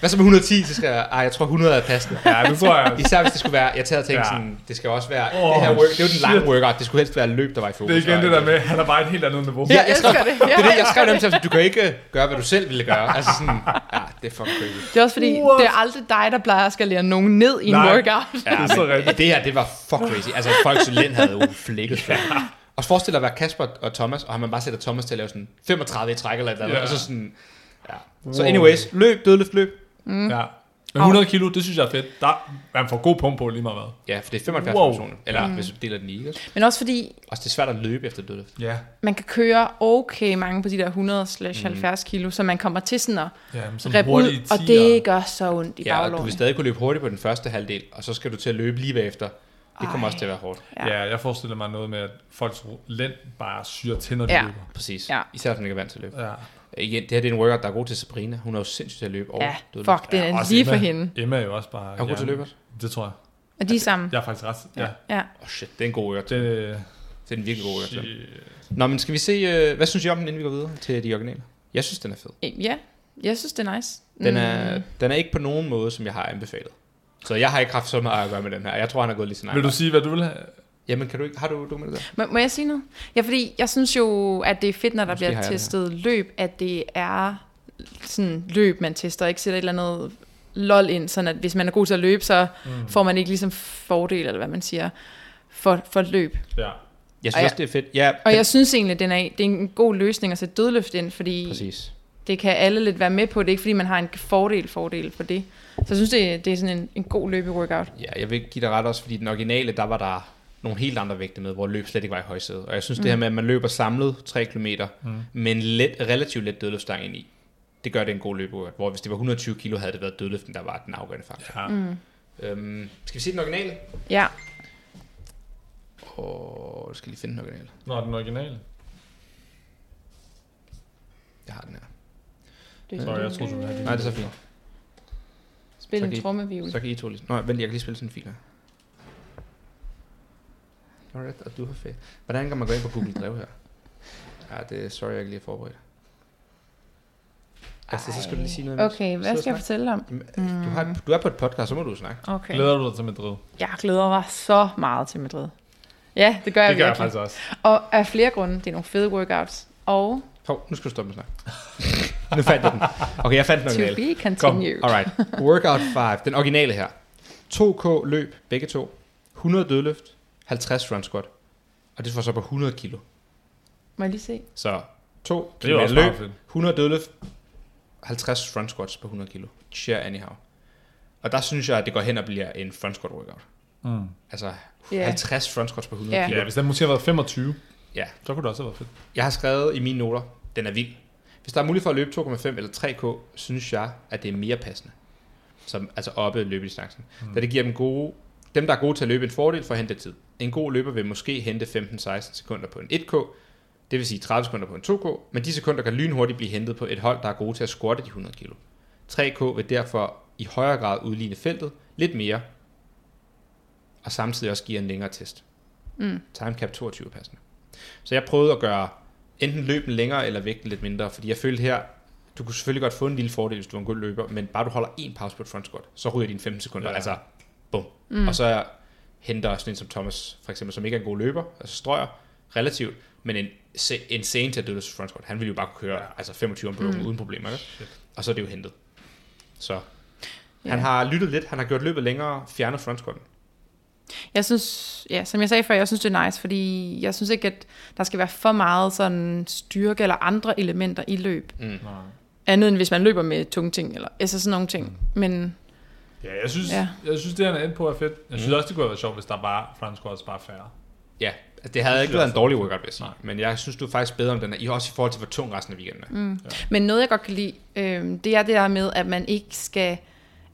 hvad så med 110? Så skrev jeg, ej, jeg tror 100 er passende.
Ja, det tror jeg. altså.
Især hvis det skulle være, jeg tager og tænkte
Ja.
sådan, det skal også være,
Åh,
det her work, det er jo den
shit.
lange workout, det skulle helst være løb, der var i fokus.
Det er igen
og
det
ikke-
der med, han er bare et helt andet niveau.
Ja, jeg,
Jeg elsker
skrev, det.
det.
Ja,
Ja,
det er det, jeg
jeg
skrev dem til, du kan ikke øh, gøre, hvad du selv ville gøre. Altså sådan, ja, det er fucking crazy.
Det er også fordi,
What?
det er aldrig dig, der plejer at skal lære nogen ned i en
Nej.
workout.
Ja,
Det er så
men
rigtigt.
Det her, det var fuck crazy. Altså, folks lænd havde jo flækket. Ja. Og så forestil dig at være Kasper og Thomas, og man bare sætter Thomas til at lave sådan 35 i træk eller et eller andet,
Ja.
og så sådan, ja. Så anyways, løb, dødløft, løb.
Ja. Mm. Men 100 kilo, det synes jeg er fedt. Der, man får god pump på lige meget hvad.
Ja, for det er 75
Wow.
personer. Eller
Mm.
hvis du deler den i, ikke?
(laughs) Men også fordi,
Og det er svært at løbe efter dødløft.
Ja.
man kan køre okay mange på de der 100-70 kilo, så man kommer til sådan at
Ja, men sådan
rippe ud,
hurtige
og
tiere.
det gør så ondt i
Ja, og du vil
baglåret.
stadig kunne løbe hurtigt på den første halvdel, og så skal du til at løbe lige bagefter. Det kommer også til at være hårdt.
Ja. ja, jeg forestiller mig noget med, at folks lænd bare syrer til, når de
Ja.
løber.
Præcis.
Ja.
Især hvis man ikke er vant til at løbe.
Ja.
Igen, det her det er en workout, der er god til Sabrina. Hun er jo sindssygt til at løbe over
Ja,
dødløft.
fuck, det er
Også
lige
Emma.
for hende.
Emma er jo også bare... Er
hun god til løbet?
Det tror jeg.
Og de er sammen.
Jeg er faktisk ret. Ja.
Ja.
Oh shit, det er en god workout.
Det,
Det er en virkelig god workout.
Shit.
Nå, men skal vi se, øh, hvad synes I om den, inden vi går videre til de originale? Jeg synes, den er fed.
Ja, jeg synes, det er nice.
Den er,
Mm.
den er ikke på nogen måde, som jeg har anbefalet. Så jeg har ikke haft så meget at gøre med den her. Jeg tror, han har gået lige sådan.
vil du sige, hvad du vil have?
Jamen, kan du ikke, har du du med det der?
Må, må jeg sige noget? Ja, fordi jeg synes jo, at det er fedt, når der
Måske har
bliver
jeg det
testet løb, at det er sådan løb, man tester, ikke sætter et eller andet lol ind, sådan at hvis man er god til at løbe, så mm. får man ikke ligesom fordel, eller hvad man siger, for, for et løb.
Ja.
Jeg synes
Og
også, det er fedt. Ja,
Og
den,
jeg synes egentlig, den er, det er en god løsning at sætte dødløft ind, fordi
præcis.
det kan alle lidt være med på. Det er ikke, fordi man har en fordel, fordel for det. Så jeg synes, det, det er sådan en, en god løbeworkout.
Ja, jeg vil give dig ret også, fordi den originale, der var der nogle helt andre vægte med, hvor løb slet ikke var i højsædet. Og jeg synes, mm. det her med, at man løber samlet 3 km mm. med en let, relativt let dødløftstang ind i, det gør det en god løbeord. Hvor hvis det var 120 kilo, havde det været dødløften, der var den afgørende faktor.
ja. Mm.
Øhm, skal vi se den originale?
Ja,
Åh, jeg skal lige finde den originale.
Nå, den originale.
Jeg har den her.
det
Sorry, jeg troede, du ville have den.
Nej, det er så fint.
Spil
så
en
kan I-
trommevivl.
Så kan I to lige... Nå, vent, jeg kan lige spille sådan en fil her. Alright, og du har fedt. Hvordan kan man gå ind på Google Drive her? Ja, det er sorry, jeg ikke lige er forberedt. Altså, så skal du lige sige noget. imens.
Okay,
Sidde
hvad
og
skal jeg
snak.
fortælle om?
Jamen, øh, Du, har, du er på et podcast, så må du snakke.
Mm, Okay.
Glæder du dig til Madrid?
Jeg glæder mig så meget til Madrid. Ja, det gør jeg
Det gør jeg
virkelig.
faktisk også.
Og af flere grunde. Det er nogle fede workouts. Og
Hov, nu skal du stoppe med at snakke. (laughs) nu fandt jeg den. Okay, jeg fandt den
to
originale.
be continued.
Alright.
(laughs)
Workout 5. Den originale her. 2K løb, begge to. 100 dødløft, 50 front squat. Og det var så på 100 kilo.
Må jeg lige se?
Så 2
Det er jo
km
også meget
løb,
fedt.
100 dødløft, 50 front squats på 100 kilo. Share anyhow. Og der synes jeg, at det går hen og bliver en front squat workout.
Mm.
Altså
Ja.
50 front squats på 100
Ja.
kilo.
Ja, hvis den måske har været 25,
Ja.
så kunne det også have været fedt.
Jeg har skrevet i mine noter, den er vild. Hvis der er mulighed for at løbe 2,5 eller 3K, synes jeg, at det er mere passende. Som, altså oppe løbedistancen. Mm. Da det giver dem, gode, dem, der er gode til at løbe, en fordel for at hente tid. En god løber vil måske hente 15-16 sekunder på en 1K, det vil sige 30 sekunder på en 2K, men de sekunder kan lynhurtigt blive hentet på et hold, der er gode til at squatte de 100 kilo. 3K vil derfor i højere grad udligne feltet lidt mere, og samtidig også give en længere test. Mm. Timecap 22 er passende. Så jeg prøvede at gøre enten løben længere eller vægten lidt mindre, fordi jeg følte her, du kunne selvfølgelig godt få en lille fordel, hvis du var en god løber, men bare du holder en pause på et front squat, så ryger dine 15 sekunder, ja.
Ja.
altså bum. Mm. Og så henter sådan en som Thomas, for eksempel, som ikke er en god løber, altså strøger relativt, men en se- insane til at døde front squat, han ville jo bare kunne køre altså 25 om på mm. uden problemer, ikke? og så er det jo hentet. Så Han har lyttet lidt, han har gjort løbet længere, fjernet frontsquatten.
Jeg synes, ja, som jeg sagde før, jeg synes, det er nice, fordi jeg synes ikke, at der skal være for meget sådan styrke eller andre elementer i løb. Mm. Andet end hvis man løber med tunge ting, eller altså sådan nogle ting. Men
Ja, jeg synes,
Ja.
ja. jeg synes det han er inde på er fedt. Jeg synes også, det kunne have været sjovt, hvis der bare front squats bare færre.
Ja, altså, det havde ikke været en dårlig workout, vil jeg sige. Men jeg synes, du er faktisk bedre om den er, i- også i forhold til, hvor tung resten af weekenden er. Mm.
Men noget, jeg godt kan lide, øh, det er det der med, at man ikke skal,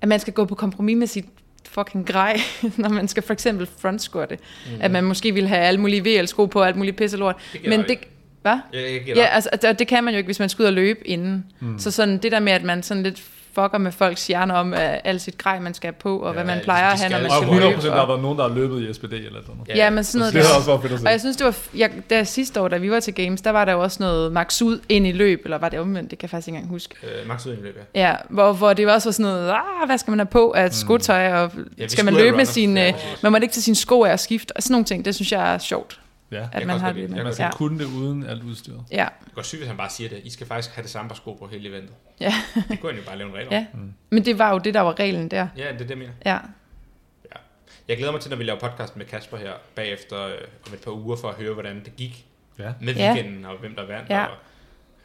at man skal gå på kompromis med sit fucking grej, (laughs) når man skal for eksempel frontsquatte. Mm. At man måske vil have alle mulige VL-sko på, og alt muligt pisselort.
Det gælder
Men
ikke.
det, hvad?
Jeg, jeg
Ja, altså, og det kan man jo ikke, hvis man skal ud og løbe inden. Mm. Så sådan det der med, at man sådan lidt fucker med folks hjerner om uh, alt sit grej, man skal have på, og ja, hvad man
ligesom
plejer
de
at have, når
skal-
man
Og
skal
100%
løbe.
der har
Og,
været nogen, der har løbet i SPD eller sådan noget.
ja, men sådan noget.
Det har
der.
også været fedt at se.
Og jeg synes, det var, f- jeg, der sidste år, da vi var til Games, der var der jo også noget max ud ind i løb, eller var det omvendt, det kan jeg faktisk ikke engang huske.
Øh, max ud i løbet.
Ja, hvor, hvor det også var sådan noget, ah, hvad skal man have på af skotøj, og
Mm. vi
ja, skal man
skulle have
løbe med
runners.
sine,
Ja,
ja,
præcis.
man må ikke tage sine sko af og skifte, og sådan nogle ting, det synes jeg er sjovt,
Ja.
at
kan
man
også
har
godt
det
lide
med.
det.
Man
Jeg
kan
Ja.
ja. kunne det uden alt udstyret.
Ja.
Det går sygt, hvis han bare siger det. I skal faktisk have det samme par sko på hele eventet.
Ja. (laughs)
Det kunne han jo bare lave en regel om.
ja, men det var jo det, der var reglen der.
ja, det er det, jeg mener.
Ja,
Ja. Jeg glæder mig til, når vi laver podcast med Kasper her bagefter øh, om et par uger, for at høre, hvordan det gik
Ja.
med
Ja.
weekenden, og hvem der vandt,
Ja.
og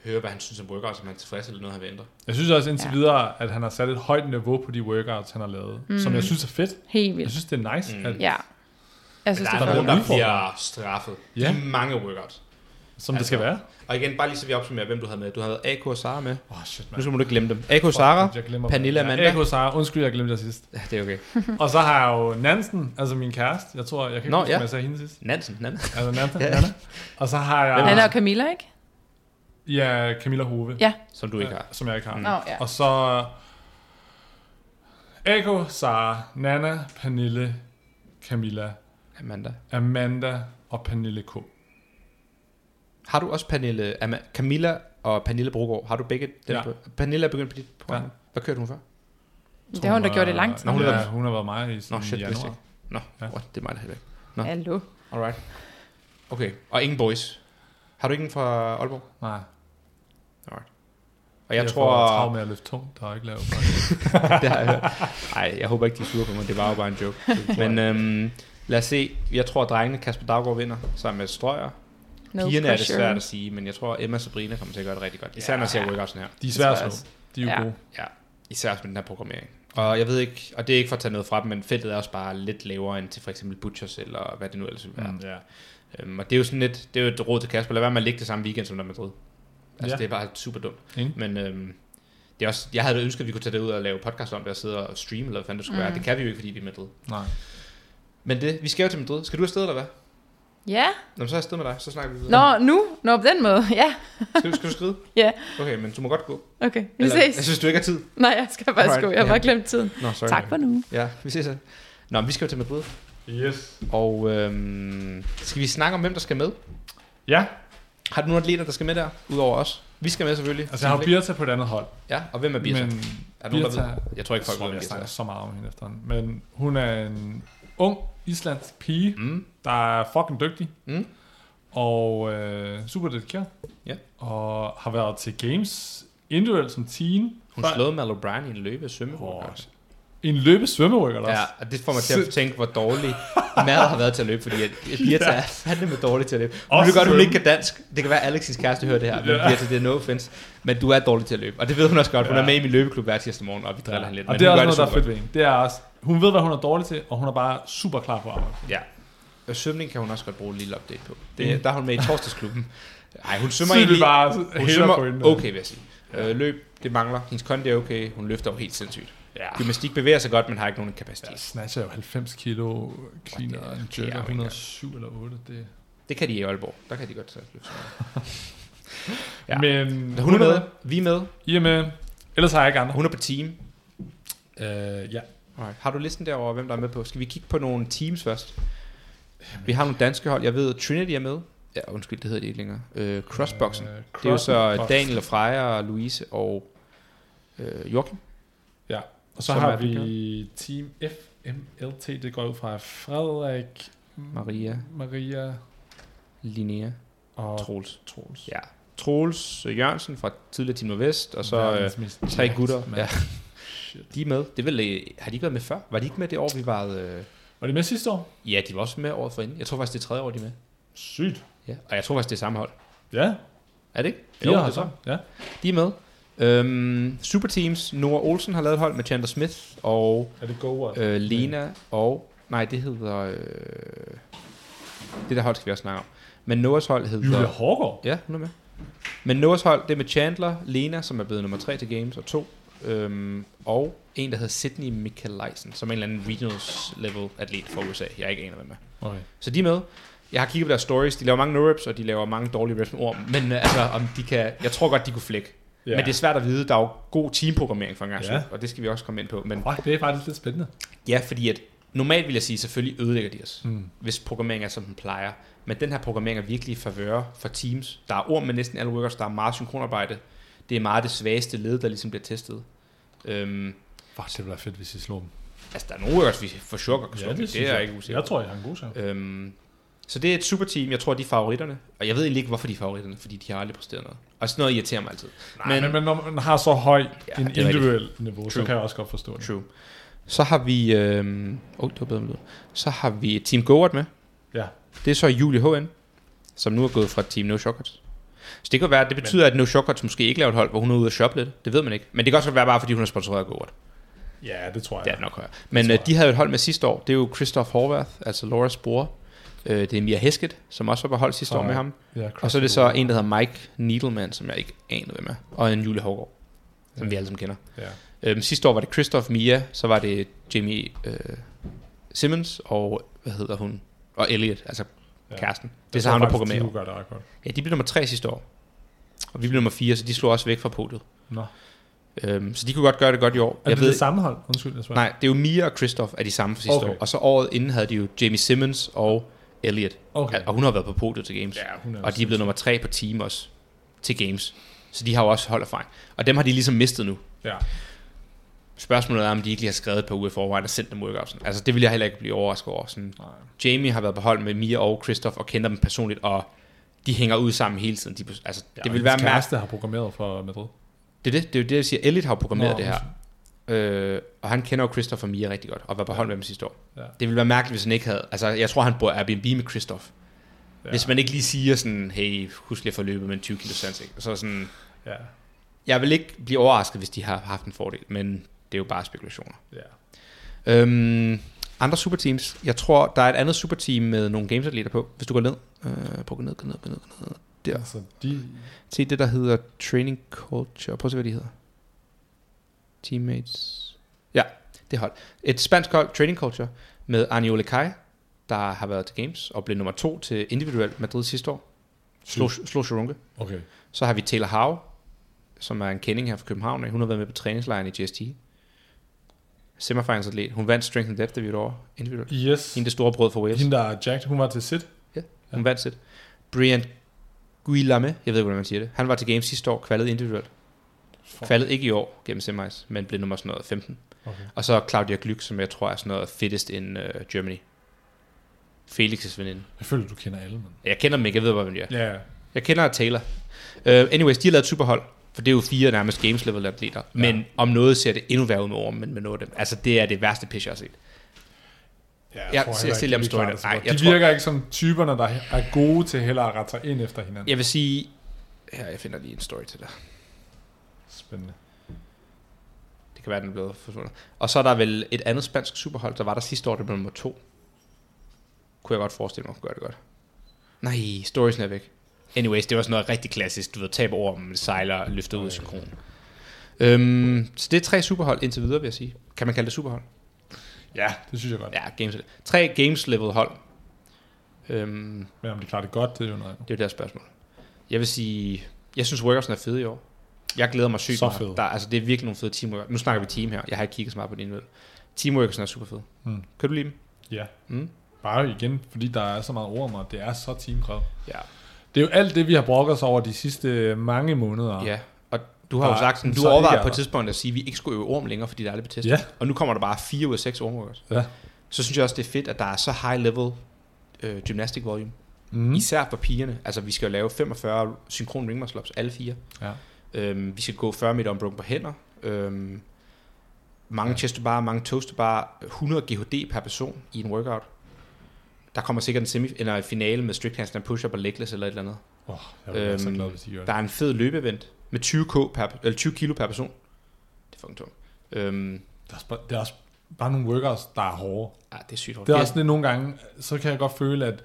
høre, hvad han synes om workouts, om han er tilfreds eller noget, han vil ændre.
Jeg synes også indtil
Ja.
videre, at han har sat et højt niveau på de workouts, han har lavet, mm. som jeg synes er fedt.
helt
Jeg
vildt.
synes, det er nice. Mm. At,
Ja. Jeg
Men
synes,
der
det
er
var
nogen, der
udfordring.
bliver straffet
Ja.
i mange workouts.
Som det skal være.
Og igen, bare lige så vi opsummerer, hvem du havde med. Du havde AK og Sara med.
Åh, oh, shit,
Nu
mand.
skal du ikke glemme dem. AK Sara,
Jeg glemmer
Pernille
dem.
Amanda.
Ja, AK Sara. Undskyld, jeg glemte dig sidst.
Ja, det er okay.
Og så har jeg jo Nansen, altså min kæreste. Jeg tror, jeg kan ikke
Nå,
huske,
ja.
om jeg sagde hende sidst.
Nansen, Nansen.
Altså Nansen, Nanna. Og så har jeg...
Anna og Camilla, ikke?
Ja, Camilla Hove. øh,
Ja.
Som du ikke har.
Som jeg ikke har.
Nå, ja.
Og så... Eko, Sara, Nana, Pernille, Camilla,
Amanda.
Amanda og Pernille K.
Har du også Pernille, Ama, Camilla og Pernille Brogaard? Har du begge dem
Ja.
på? Pernille er begyndt på dit program.
Ja.
Hvad kørte hun før?
Det har hun da gjort i lang tid.
Nå, hun,
Ja.
ja, hun har været mig i
Nå,
sådan
shit, det
Mm, januar.
vidste jeg ikke. Nå,
Ja.
what, det er mig, der heller ikke.
Hallo.
Alright. Okay, og ingen boys. Har du ingen fra Aalborg?
Nej,
Og jeg,
jeg,
jeg
får travlt
tror...
med at løfte tungt, der er ikke lavet
(laughs) det har jeg hørt. Ej, jeg håber ikke, de er sure på mig. Det var jo bare en joke. Men øhm, lad os se. Jeg tror, at drengene Kasper Daggaard vinder sammen med Strøjer.
No
Pigerne er det
pressure.
svært at sige, men jeg tror, Emma og Sabrina kommer til at gøre det rigtig godt. Især når jeg ser workoutsen her.
De er
tror
svære
jeg
at
også.
slå. De er jo
Ja.
ja. gode.
Ja, især også med den her programmering. Og jeg ved ikke, og det er ikke for at tage noget fra dem, men feltet er også bare lidt lavere end til for eksempel Butchers, eller hvad det nu ellers vil være. Mm.
Ja.
Øhm, og det er jo sådan lidt, det er jo et råd til Kasper, lad være med at ligge det samme weekend som der Madrid. Altså ja.
Ja.
det er bare super dumt.
Enig.
Men øhm, det er også, jeg havde ønsket, at vi kunne tage det ud og lave podcast om det, og sidde og streame, eller hvad fanden det skulle mm. være. Det kan vi jo ikke, fordi vi er i Madrid.
Nej.
Men det, vi skal jo til Madrid. Skal du afsted, eller hvad?
Ja.
Nå, men så er jeg afsted med dig, så snakker vi videre.
Nå, nu? Nå, på den måde. Ja.
Skal, du- skal du skride?
(laughs) Ja,
Okay, men du må godt gå.
okay. Vi
Eller- Jeg
ses.
synes, du ikke har tid.
Nej, jeg skal faktisk
Alright,
gå. Jeg har
ja.
bare glemt tiden.
Nå, sorry.
Tak for nu.
Ja, vi ses så. Nå, men vi skal jo til Madrid.
Yes.
Og øhm, skal vi snakke om, hvem der skal med?
Ja,
Har du nogle atleter, der skal med der, udover os? Vi skal med selvfølgelig.
altså jeg har jo Birta på et andet hold.
Ja, og hvem er Birta?
Men
Men, er der nogen, der
Birta-
ved? Jeg tror ikke, folk
jeg tror,
ved,
vi har
hvem Birta
snakket
er.
så meget om hende efterhånden. Men hun er en ung islandsk pige,
Mm.
der er fucking dygtig.
Mm.
Og øh, super dedikeret.
Ja.
Og har været til games individuelt som teen.
Hun
Før-
slåede Mal O'Brien i en løbe svømme.
Åh, En løbe svømmerykker også.
Ja, og det får mig til at
Sy-
tænke, hvor dårlig Mal har været til at løbe, fordi at
(laughs)
Birta er fandme dårlig til at løbe. Hun
Også
ved godt, hun
svømme.
ikke kan dansk. Det kan være, at Alexis kæreste hører det her, men
Ja.
Birta, det er no offense. Men du er dårlig til at løbe, og det ved hun også godt. Hun
Ja.
er med i min løbeklub hver tirsdag morgen, og vi driller
Ja.
hende lidt.
Og
men
det er
hun gør
også noget,
super
der er fedt ved hende. Det er også, hun ved, hvad hun er dårlig til, og hun er bare super klar på at arbejde.
Ja. Og svømning Øh, kan hun også godt bruge en lille update på. Det, Der er hun med i torsdagsklubben. Nej, hun svømmer
Sygt, vi
egentlig...
bare
hun
hælder på
svømmer
hende.
okay, vil jeg sige. Øh, løb, det mangler. Hendes kondi er okay. Hun løfter jo helt sindssygt.
Ja.
Gymnastik bevæger sig godt, men har ikke nogen kapacitet.
Jeg snatcher jo 90 kilo, cleaner
det er-
og en
det er
jerk
jo
af
ikke
107 eller 8. Det.
Det kan de i Aalborg. Der kan de godt selv løfte. Ja.
Ja. Men
Hun er med. Vi er med.
I er med. Ellers har jeg ikke andre.
Hun er på team.
Øh, ja.
Alright. Har du listen derover, hvem der er med på? Skal vi kigge på nogle teams først? Vi har nogle danske hold. Jeg ved, Trinity er med. Ja, undskyld, det hedder de ikke længere. Øh, crossboxen.
Øh,
Det er jo så
Crossbox.
Daniel og Freja og Louise og øh, Joachim.
Ja. Og så
Som er
har vi Team FMLT. Det går ud fra Frederik,
Maria,
Maria
Linnea og
og
Troels.
Troels.
Ja. Troels Jørgensen fra tidligere Team Nordvest, og så øh,
Verdens mest
tre
jerks,
gutter.
mand.
Ja.
shit.
De er med. Det er vel, øh, har de ikke været med før? Var de ikke med det år, vi var... Øh...
Var det med sidste år?
Ja, de var også med året forinden. Jeg tror faktisk, det er tredje år, de er med.
Sygt.
Ja. Og jeg tror faktisk, det er samme hold.
Ja,
Er det ikke?
fire
det
har
er
så. Ja.
De er med. Øhm, Superteams. Nora Olsen har lavet et hold med Chandler Smith og
Er det gode ord?
øh, Lena og... Nej, det hedder... Øh, det der hold skal vi også snakke om. Men Noahs hold hedder...
Julia Hårgaard?
Ja, hun er med. Men Noahs hold, det er med Chandler, Lena, som er blevet nummer 3 til Games, og 2. Øhm, og en, der hedder Sydney Michaelisen, som er en eller anden regionals level atlet fra USA. Jeg er ikke aner, hvem er.
Okay.
Så de er med. Jeg har kigget på deres stories. De laver mange no-rips, og de laver mange dårlige reps med ord. Men øh, altså, om de kan... Jeg tror godt, de kunne flække.
Ja.
Yeah. Men det er svært at vide. Der er jo god teamprogrammering for en gang,
Ja.
yeah. og det skal vi også komme ind på. Men
Fuck, det er faktisk lidt spændende.
Ja, fordi at normalt vil jeg sige, selvfølgelig ødelægger de os, mm. hvis programmering er, som den plejer. Men den her programmering er virkelig i favør for teams. Der er ord med næsten alle workers, der er meget synkronarbejde. Det er meget det svageste led, der ligesom bliver testet. Øhm,
Fuck, det ville være fedt, hvis I slog dem.
altså, der er nogle workers, vi for sure godt kan slå, men det, det er jeg ikke usikker
Jeg tror, jeg har en god chance.
på. øhm, så det er et super team. Jeg tror, de er favoritterne. Og jeg ved egentlig ikke, hvorfor de er favoritterne, fordi de har aldrig præsteret noget. Og sådan noget irriterer mig altid.
Men, men, men når man har så høj
Ja,
ja, en
det er
individuel niveau, True. så
True.
kan jeg også godt forstå det.
True. Så har vi... Øhm, oh, det var bedre med lyd. Så har vi Team Goat med.
Ja.
Det er så Julie HN, som nu er gået fra Team No Shortcuts. Så det kan være, at det betyder, at No Shortcuts måske ikke laver et hold, hvor hun er ude og shoppe lidt. Det ved man ikke. Men det kan også godt være bare, fordi hun er sponsoreret af Goat.
ja, det tror jeg.
Det er det nok højere. Men øh, de havde jo et hold med sidste år. Det er jo Christoph Horvath, altså Lauras bror. Øh, det er Mia Hesket, som også var på hold sidste år med ham.
Ja,
Og så er det så en, der hedder Mike Needleman, som jeg ikke aner, hvem er. Og en Julie Hågaard, som vi alle sammen kender.
Ja.
Øhm, sidste år var det Christoph Mia, så var det Jamie øh, Simmons og, hvad hedder hun? Og Elliot, altså
Ja.
kæresten. Det er
Jeg
så
tror
ham, der
faktisk,
programmerer.
de gør det ret godt.
Ja, de blev nummer tre sidste år. Og vi blev nummer fire, så de slog også væk fra podiet.
Nå.
Øhm, så de kunne godt gøre det godt i år.
Er det det samme hold? Undskyld, jeg spørger.
Nej, det er jo Mia og Christoph er de samme for sidste
Okay.
år. Og så året inden havde de jo Jamie Simmons og Elliot.
Okay.
Og hun har været på podiet til Games.
Ja, hun er
og de er blevet nummer tre på team også til Games. Så de har jo også holderfaring. Og dem har de ligesom mistet nu.
Ja.
Spørgsmålet er, om de ikke lige har skrevet et par uger i forvejen og sendt dem workouts. Altså, det vil jeg heller ikke blive overrasket over. Sådan,
Nej.
Jamie har været på hold med Mia og Christoph og kender dem personligt, og de hænger ud sammen hele tiden. De, er på- altså,
Ja,
det vil være mærkeligt.
mærkeligt. har programmeret for Madrid.
Det er det, det er jo det, jeg siger. Elliot har jo programmeret
Nå,
det her. Øh, og han kender jo Christopher Mia rigtig godt, og var på hold med ham sidste år.
Ja.
Det ville være mærkeligt, hvis han ikke havde... Altså, jeg tror, han bor Airbnb med Christoph.
Ja.
Hvis man ikke lige siger sådan, hey, husk lige at få løbet med en 20 kilo sandsæk. Så sådan,
Ja.
jeg vil ikke blive overrasket, hvis de har haft en fordel, men det er jo bare spekulationer.
Ja.
Øhm, andre superteams. Jeg tror, der er et andet superteam med nogle gamesatleter på, hvis du går ned. Øh, prøv at gå ned, gå ned, gå ned, gå ned. Der.
Altså, de...
Se det, der hedder Training Culture. Prøv at se, hvad de hedder. Teammates. Ja, det hold. Et spansk hold, Training Culture, med Arne Kai, der har været til Games og blev nummer to til individuel Madrid sidste år. Slog, slog Chirunke.
Okay.
Så har vi Taylor Hav, som er en kending her fra København. af. Hun har været med på træningslejren i GST. Semifinalsatlet. Hun vandt Strength and Depth, da vi var individuelt.
Yes.
Hende det store brød for Wales.
Hende, der er Jack, hun var til sit.
Hun vandt sit. Brian Guillame, jeg ved ikke, hvordan man siger det. Han var til Games sidste år, kvalet individuelt.
Fuck.
Kvalet ikke i år gennem semis, men blev nummer sådan noget 15.
Okay.
Og så Claudia Glück, som jeg tror er sådan noget fittest in uh, Germany. Felix' veninde.
Jeg føler, du kender alle, men...
Jeg kender dem ikke, jeg ved, hvor de er.
Ja, ja.
Jeg kender Taylor. Uh, anyways, de har lavet et superhold, for det er jo fire nærmest games level atleter. Ja. Men om noget ser det endnu værre ud med ormen, men med noget af dem. Altså, det er det værste pitch, jeg har set.
Ja,
Jeg-
tror
jeg
heller
stiller
ikke,
dem
de klarer
stående.
det så
Nej,
godt.
jeg
de
tror-
virker ikke som typerne, der er gode til heller at rette sig ind efter hinanden.
Jeg vil sige... Her, jeg finder lige en story til dig.
Spændende.
Det kan være, den er blevet forsvundet. Og så er der vel et andet spansk superhold, der var der sidste år, det blev nummer to. Kunne jeg godt forestille mig, kunne gøre det godt. Nej, storiesen er væk. Anyways, det var sådan noget rigtig klassisk. Du ved, taber over, men sejler løftet ud i synkron. Øhm, så det er tre superhold indtil videre, vil jeg sige. Kan man kalde det superhold?
Ja, det synes jeg godt. Ja.
Ja, games, tre games level hold. Øhm,
Men om de klarer det godt, det er jo noget andet.
det er jo deres spørgsmål. Jeg vil sige, jeg synes workouts er fede i år. Jeg glæder mig sygt
Så
meget.
fede.
Der, altså, det er virkelig nogle fede teamwork. Nu snakker vi team her. Jeg har ikke kigget så meget på din vel. Teamworksen er super fed.
Mm.
Kan du lide dem?
Ja.
Mm.
Bare igen, fordi der er så meget ord om, og det er så teamkrævet.
Ja.
Det er jo alt det, vi har brokket os over de sidste mange måneder.
ja. Og du har jo
Der-
sagt, sådan, du
så ikke
overvejede
er
på et
der.
tidspunkt at sige, at vi ikke skulle øve orm længere, fordi det aldrig blev testet.
Ja.
Og nu kommer der bare fire ud af seks ormworkers.
ja.
Så synes jeg også, det er fedt, at der er så high level øh, gymnastic volume.
Mhm.
Mm. Især for pigerne. Altså, vi skal jo lave 45 synkron ring muscle ups, alle fire.
ja.
Øhm, vi skal gå 40 meter om broken på hænder. Øhm, mange ja. chest to bar, mange toast to bar, 100 GHD per person i en workout. Der kommer sikkert en semi eller en finale med strict handstand push-up og legless eller et eller andet. Øhm,
Åh, jeg vil være så glad, hvis de gør
Der
det.
er en fed løbeevent med 20, k per, eller 20 kilo per person. Det er fucking tungt. Øhm,
Der er, også bare- der er også bare nogle workouts, der er hårde.
ah, det er sygt hårdt.
Det er også lidt nogle gange, så kan jeg godt føle, at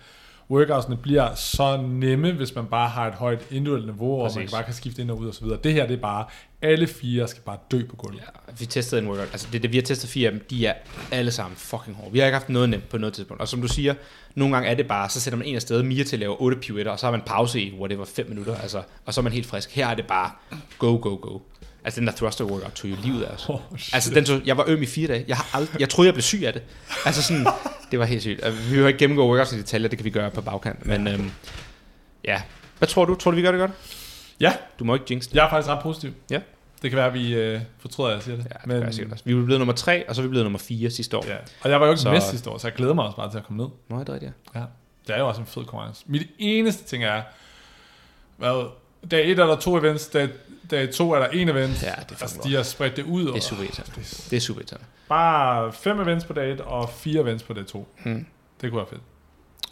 workoutsene bliver så nemme, hvis man bare har et højt individuelt niveau, Præcis. og man
Præcis.
kan bare kan skifte ind og ud og så videre. Det her, det er bare, alle fire skal bare dø på gulvet. Ja.
Vi testede en workout. Altså det, det, vi har testet fire af dem, de er alle sammen fucking hårde. Vi har ikke haft noget nemt på noget tidspunkt. Og som du siger, nogle gange er det bare, så sætter man en af sted Mia til at lave otte pirouetter, og så har man pause i whatever, fem minutter, altså, og så er man helt frisk. Her er det bare go, go, go. Altså den der thruster workout tog jo livet af os.
Oh,
altså den tog, jeg var øm i fire dage. Jeg, har ald- jeg troede, jeg blev syg af det. Altså sådan, det var helt sygt. Og Vi vil jo ikke gennemgå workouts i detaljer, det kan vi gøre på bagkant. Men øhm, ja, hvad tror du? Tror du, vi gør det godt?
ja,
Du må ikke jinx det.
jeg er faktisk ret positiv.
Ja.
Det kan være, at vi øh, fortryder, at jeg siger det.
Ja, det men, gør jeg sikkert også. Vi er blevet nummer tre, og så er vi blevet nummer fire sidste år.
Ja. Og jeg var jo ikke
Så-
så... med sidste år, så jeg glæder mig også bare til at komme ned.
Nå, er det rigtigt?
Ja. Det er jo også en fed konkurrence. Mit eneste ting er, hvad, dag 1 er der to events, dag, dag 2 er der en event.
Ja, det er fandme
altså,
lort.
de har spredt det ud.
Det er super irriterende.
det er
Det er super irriterende.
Bare fem events på dag 1 og fire events på dag 2.
Mm.
Det kunne være fedt.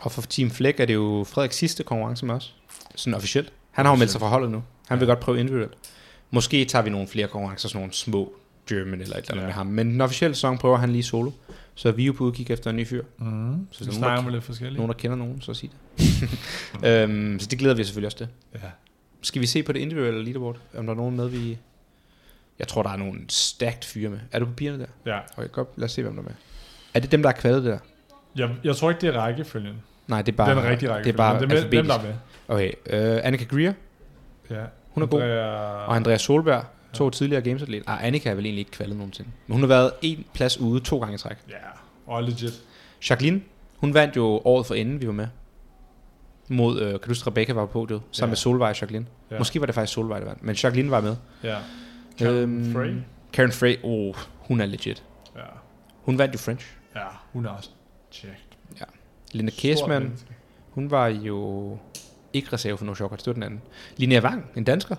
Og for Team Fleck er det jo Frederiks sidste konkurrence med os. Sådan officielt. Han har jo meldt sig fra holdet nu. Han vil godt prøve individuelt. Måske tager vi nogle flere konkurrencer, sådan nogle små German eller et eller andet
Ja.
med ham. Men den officielle sæson prøver han lige solo. Så vi er jo på udkig efter en ny fyr.
Mm. Så
Så
vi
nogen,
snakker
der,
med lidt forskellige.
nogen, der kender nogen, så sig det. (laughs) øhm, så det glæder vi os selvfølgelig også til.
Ja.
Skal vi se på det individuelle leaderboard? Om der er nogen med, vi... Jeg tror, der er nogle stærkt fyre med. Er du på pigerne der?
ja.
Okay, godt. Lad os se, hvem der er med. Er det dem, der er kvadet det der?
Jeg, jeg tror ikke, det er rækkefølgen.
Nej, det er bare...
den rigtige rækkefølge.
Det er bare
men det er med, dem,
alfabetisk.
der er med.
Okay, øh, Annika Greer
Ja.
Hun er god. og
Andrea...
Andreas Solberg, to tidligere gamesatlet. Ah, Annika er vel egentlig ikke kvalet nogensinde. Men hun har været en plads ude to gange i træk.
Ja, og legit.
Jacqueline, hun vandt jo året for inden, vi var med. Mod, øh, kan du huske, Rebecca var på podiet, sammen
Ja.
med Solvej og Jacqueline.
Ja.
Måske var det faktisk Solvej, der vandt, men Jacqueline var med. Øhm,
Ja. Karen Frey?
Karen Frey, oh, hun er legit.
Ja.
Hun vandt jo French.
Ja, hun er også tjekket.
Linda
Stort
Kæsmann,
menneske.
hun var jo ikke reserve for No Shockers, det var den anden. Linnea Wang, en dansker.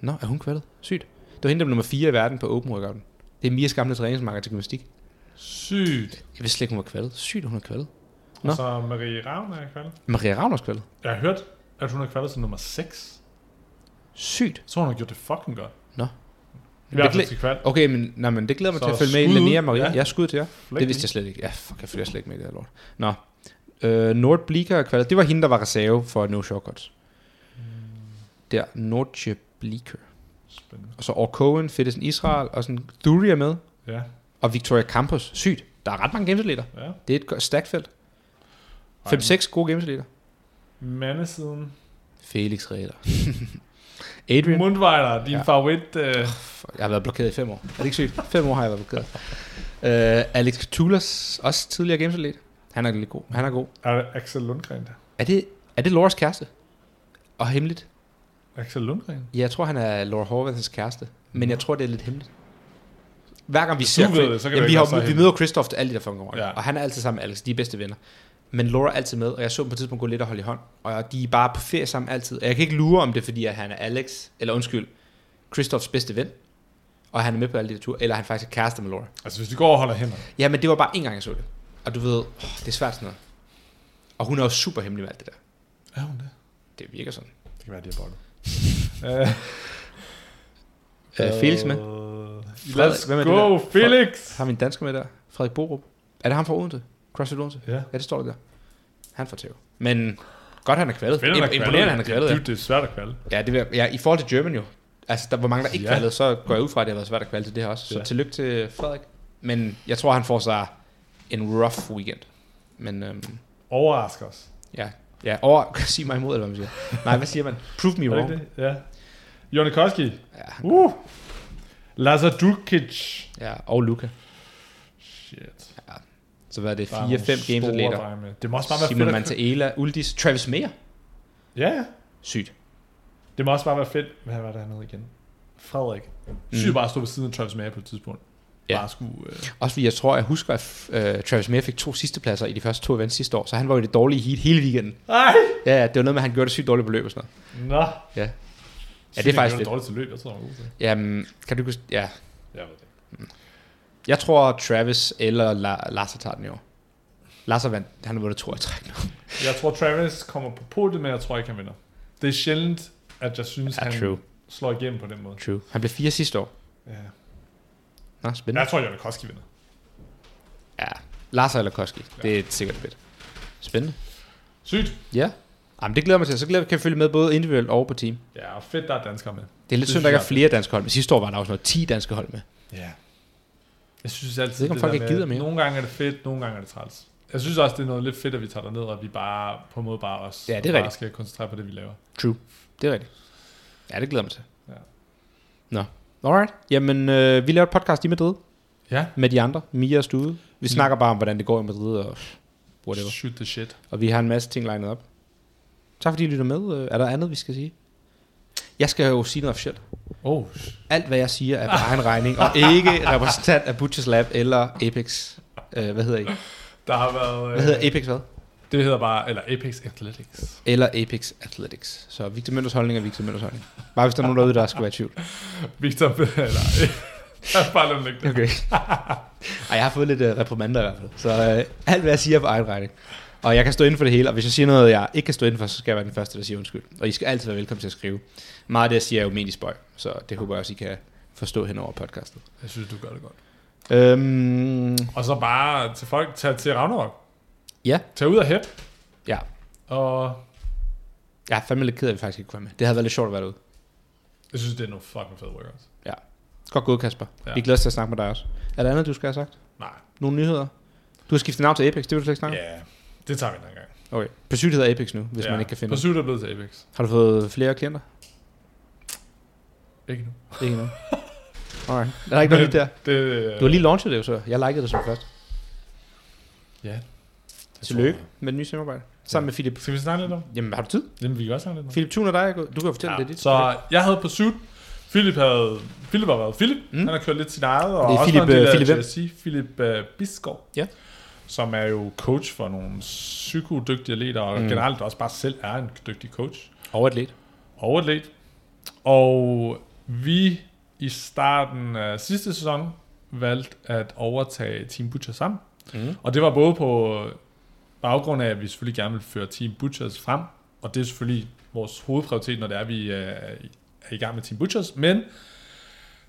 Nå, er hun kvalet? Sygt. Det var hende, der blev nummer 4 i verden på Open Workouten. Det er Mias gamle træningsmarker til gymnastik.
Sygt.
Jeg vidste slet ikke, hun var kvalet. Sygt, hun er kvalet. Nå.
Og så Marie Ravn er kvaldet.
Maria Ravn er også kvalet.
Jeg har hørt, at hun er kvaldet til nummer 6.
Sygt.
Så hun har gjort det fucking godt.
Nå.
I hvert fald
glæ-
til kval.
Okay, men, nej, men det glæder mig
Så
til at følge med i
skud ud.
Linnea og Maria.
Ja.
Ja. Jeg skud til jer. Det vidste jeg slet ikke. Ja, fuck, jeg følger slet ikke med i det her lort. Nå. Øh, Nord Bliker er kvalet. Det var hende, der var reserve for No Shortcuts. Der, Nordje Bliker.
Spændende.
Og så Or Cohen, Fittesen Israel, og sådan Thuri er med.
Ja,
Og Victoria Campos. Sygt. Der er ret mange gennemsnitleter.
ja.
Det er et godt- stærkt felt. 5-6 gode gennemsnitleter.
Mandesiden.
Felix Reder. (laughs) Adrian.
Mundvejler, din
Ja.
ja. favorit. Øh,
Fuck, Jeg har været blokeret i fem år. Er det ikke sygt? fem år har jeg været (laughs) blokeret. Uh, Alex Tulas, også tidligere gamesatlet. Han er lidt god. Han er god.
er det Axel Lundgren der?
Er det, er det Lauras kæreste? Og hemmeligt?
Axel Lundgren?
Ja, jeg tror, han er Laura Horvaths kæreste. Men jeg tror, det er lidt hemmeligt. Hver gang vi ser...
Mm. ved det, så kan det
jamen, vi,
ikke være så
har, vi
hemmeligt.
møder Christoph til alle de der fucking år.
Ja.
Og han er altid sammen med Alex. De er bedste venner. Men Laura er altid med, og jeg så dem på et tidspunkt gå lidt og holde i hånd. Og de er bare på ferie sammen altid. Og jeg kan ikke lure, om det er, fordi at han er Alex, eller undskyld, Christophs bedste ven. Og han er med på alle de der ture. Eller han faktisk er kæreste med Laura.
Altså, hvis du går og holder hænderne.
Ja, men det var bare en gang, jeg så det. Og du ved, åh, det er svært sådan noget. Og hun er jo super hemmelig med alt det der.
Er hun det?
Det virker sådan.
Det kan være, de
(laughs)
har bollet. Øh,
Øh, Felix med. Frederik,
Let's
hvem er det
go,
der?
Felix!
Har vi en dansker med der? Frederik Borup. Er det ham fra Odense? CrossFit Odense?
Ja.
Ja, det står der der. Han får tæv. Men godt, han er kvalet.
Fedt, han er
Imp- Imponerende, han er kvalet.
Ja,
Ja.
dude, det er svært at kvalde.
ja, det vil, jeg- ja, i forhold til German jo. Altså, der var mange, der ikke
Ja.
ja. kvalet, så går jeg ud fra, at det har været svært at kvalte til det her også. Så
Ja.
tillykke til Frederik. Men jeg tror, han får sig en rough weekend. Men øhm,
Overrasker os.
ja, ja over, (laughs) sig mig imod, eller hvad man siger. Nej, hvad siger man? Prove me
Er det
wrong.
ikke det? Ja. Jonny Koski.
Ja, han
Uh. Lazar Dukic.
Ja, og Luca.
Shit.
Så hvad er det?
Der er
4-5
nogle store
games later.
drenge med. Det må også bare være
Simon
fedt. at-
Mantaela, Uldis, Travis Mayer.
Ja, ja.
Sygt.
Det må også bare være fedt. Hvad var det hernede igen? Frederik. Syg bare at stå ved siden af Travis Mayer på et tidspunkt.
Mm. Ja.
Ja. Bare skulle... Øh,
Også fordi jeg tror, jeg husker, at øh, Travis Mayer fik to sidste pladser i de første to events sidste år, så han var jo i det dårlige heat hele weekenden.
Ej!
Ja, ja, det var noget med, at han gjorde det sygt dårligt på løb og sådan noget.
Nå.
Ja.
Sygt,
det er faktisk
han gjorde
fedt.
dårligt til løb. Jeg tror, han var god til det.
Jamen, kan du ikke huske... Ja,
Jeg ved det.
Jeg tror Travis eller La- Larsa tager den i år. Larsa vandt, han har vundet to i træk nu.
Jeg tror, Travis kommer på podiet, men jeg tror ikke, han vinder. Det er sjældent, at jeg synes,
Ja,
han
true.
slår igennem på den måde.
True. Han blev fire sidste år.
Ja.
Nå, spændende.
Jeg tror, Jonna Koski vinder.
Ja. Larsa eller Koski, det er sikkert fedt. Spændende.
Sygt.
Ja. Jamen, det glæder jeg mig til. Så glæder, kan jeg følge med både individuelt og på team.
Ja, og fedt, der er danskere med.
Det er lidt
Det
synd, der ikke er
synes
flere danske hold med. Sidste år var der også noget 10 danske hold med.
Ja. Jeg synes altid,
Jeg ved ikke, om
det
folk
der
ikke
med,
gider mere.
Nogle gange er det fedt, nogle gange er det træls. Jeg synes også, det er noget lidt fedt, at vi tager ned og vi bare på en måde bare os.
Ja, det er
og bare
rigtigt.
skal koncentrere på det, vi laver.
True. Det er rigtigt. Ja, det glæder jeg mig til.
Ja.
Nå. Alright. Jamen, øh, vi laver et podcast i Madrid
Ja.
med de andre. Mia og Stude. Vi snakker bare om, hvordan det går i Madrid og whatever.
Shoot the shit.
Og vi har en masse ting lined op. Tak fordi I lytter med. Øh, Er der andet, vi skal sige? Jeg skal jo sige noget officielt.
Oh,
Alt, hvad jeg siger, er på egen regning,
(laughs)
og ikke repræsentant af Butchers Lab eller Apex. Øh, hvad hedder I?
der har været... øh,
Hvad hedder Apex hvad?
Det hedder bare, eller Apex Athletics.
Eller Apex Athletics. Så Victor Mønters holdning er Victor Mønters holdning. Bare hvis der er nogen derude, der skulle være i tvivl.
Victor, (laughs) eller... Jeg har bare lade dem ligge
(laughs)
der.
Okay. og jeg har fået lidt uh, reprimander i hvert fald. Så uh, alt hvad jeg siger er på egen regning. Og jeg kan stå inden for det hele, og hvis jeg siger noget, jeg ikke kan stå inden for, så skal jeg være den første, der siger undskyld. Og I skal altid være velkommen til at skrive. Meget af det, jeg siger, er jo ment i spøj, så det håber jeg også, I kan forstå hen over podcastet.
Jeg synes, du gør det godt.
Øhm,
Og så bare til folk, tag til Ragnarok.
ja,
Tag ud og hæb.
ja.
Og
Jeg er fandme lidt ked af, at vi faktisk ikke kunne være med. Det havde været lidt sjovt at være derude.
jeg synes, det er nogle fucking fede workouts.
Ja. Godt gået, Kasper. Ja.
Ja.
Vi glæder os til at snakke med dig også. Er der andet, du skal have sagt?
Nej.
Nogle nyheder? Du har skiftet navn til Apex, det vil du slet ikke snakke om?
Ja, det tager vi en anden gang.
Okay. Pursuit hedder Apex nu, hvis
ja.
man ikke kan finde
Pursuit er blevet til Apex.
det. Har du fået flere klienter?
Ikke nu.
Ikke
(laughs)
endnu. Alright. Der er ikke noget nyt der.
Det, øh,
Du har lige launchet det jo så. Jeg likede det som først.
Ja. Det
Tillykke
tror
med det nye samarbejde. Sammen
Ja.
med Philip.
jeg. Skal vi snakke lidt om?
Jamen, har du tid?
Jamen, vi kan også snakke lidt om.
Philip Thun og dig, er gået- du kan jo fortælle ja.
Ja.
lidt.
Så jeg havde Pursuit. Philip havde... Philip har været Philip.
Mm.
Mm. Han har kørt lidt sin eget. Og
Det er
også
Philip,
været en
øh,
del af
Philip hvem?
JRC. Philip øh, Bisgaard.
Ja.
Som er jo coach for nogle psykodygtige atleter, og
Mm.
mm. generelt også bare selv er en dygtig coach.
Overatlet.
og atlet. Og vi i starten af sidste sæson valgte at overtage Team Butcher sammen.
Mhm.
Mm. Og det var både på baggrund af, at vi selvfølgelig gerne vil føre Team Butchers frem, og det er selvfølgelig vores hovedprioritet, når det er, at vi øh, er i gang med Team Butchers, men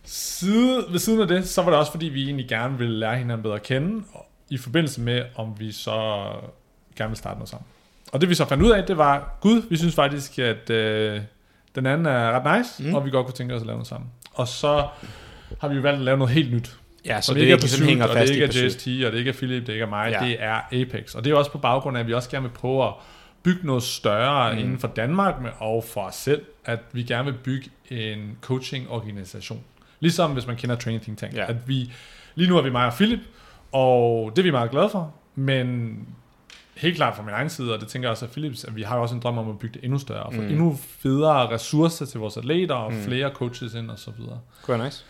side, ved siden af det, så var det også fordi, vi egentlig gerne ville lære hinanden bedre at kende, og- i forbindelse med, om vi så gerne ville starte noget sammen. Og det vi så fandt ud af, det var, gud, vi synes faktisk, at øh, den anden er ret nice, mm. og vi godt kunne tænke os at lave noget sammen. Og så har vi jo valgt at lave noget helt nyt.
Ja, så
Som
Altså, det, det er ikke sådan
Pursuit,
hænger
og
fast
det
i
ikke er
Pursuit.
JST, og det ikke er Philip, det ikke er mig,
Ja.
ja. det er Apex. Og det er også på baggrund af, at vi også gerne vil prøve at bygge noget større mm. inden for Danmark med, og for os selv, at vi gerne vil bygge en coaching-organisation. Ligesom hvis man kender Training Think Tank.
Ja.
Ja. At vi, lige nu er vi mig og Philip, og det er vi meget glade for, men helt klart fra min egen side, og det tænker jeg også af Philips, at vi har jo også en drøm om at bygge det endnu større, og få mm. endnu federe ressourcer til vores atleter, og mm. flere coaches ind og så videre.
Det kunne være nice.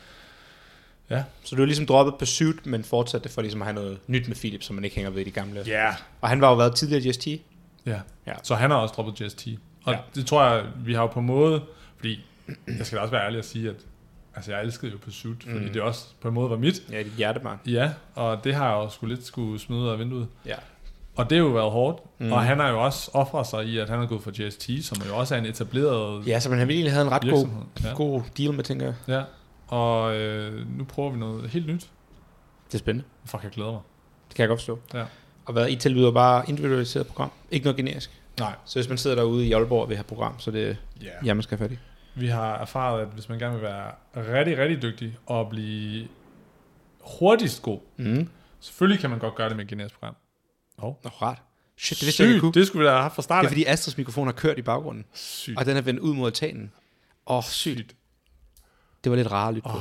Ja.
Så du har ligesom droppet Pursuit, men fortsatte for ligesom at have noget nyt med Philip, som man ikke hænger ved i de gamle.
Ja, yeah.
Og han var jo været tidligere i GST.
Ja.
Ja.
ja. Så han har også droppet JST.
Ja.
Og ja. det tror jeg, vi har jo på en måde, fordi jeg skal da også være ærlig og sige, at altså, jeg elskede jo Pursuit, fordi mm. det også på en måde var mit.
Ja, i dit hjertebarn.
Ja, og det har jeg jo skulle lidt skulle smide ud af vinduet.
Ja.
Og det har jo været hårdt. Mm. Og han har jo også offret sig i, at han er gået for JST, som jo også er en etableret...
Ja, så man har virkelig havde en ret god,
Virksomhed,
ja.
ja.
god deal med, tænker jeg.
ja. Og øh, nu prøver vi noget helt nyt.
Det er spændende.
Fuck, jeg glæder mig.
Det kan jeg godt forstå.
Ja.
Og hvad I tilbyder bare individualiseret program. Ikke noget generisk.
Nej.
Så hvis man sidder derude i Aalborg og vil have program, så det er
Ja.
ja, man skal have fat i.
Vi har erfaret, at hvis man gerne vil være rigtig, rigtig dygtig og blive hurtigst god,
Mm.
Selvfølgelig kan man godt gøre det med et generisk program.
Nå, rart. Shit, det vidste jeg ikke, jeg kunne.
Sygt,
Det,
det skulle vi da have haft fra
det
starten.
er fordi Astrids mikrofon har kørt i baggrunden,
Sygt.
og den er vendt ud mod altanen. Åh, oh, sygt. Det var lidt rart at lytte på.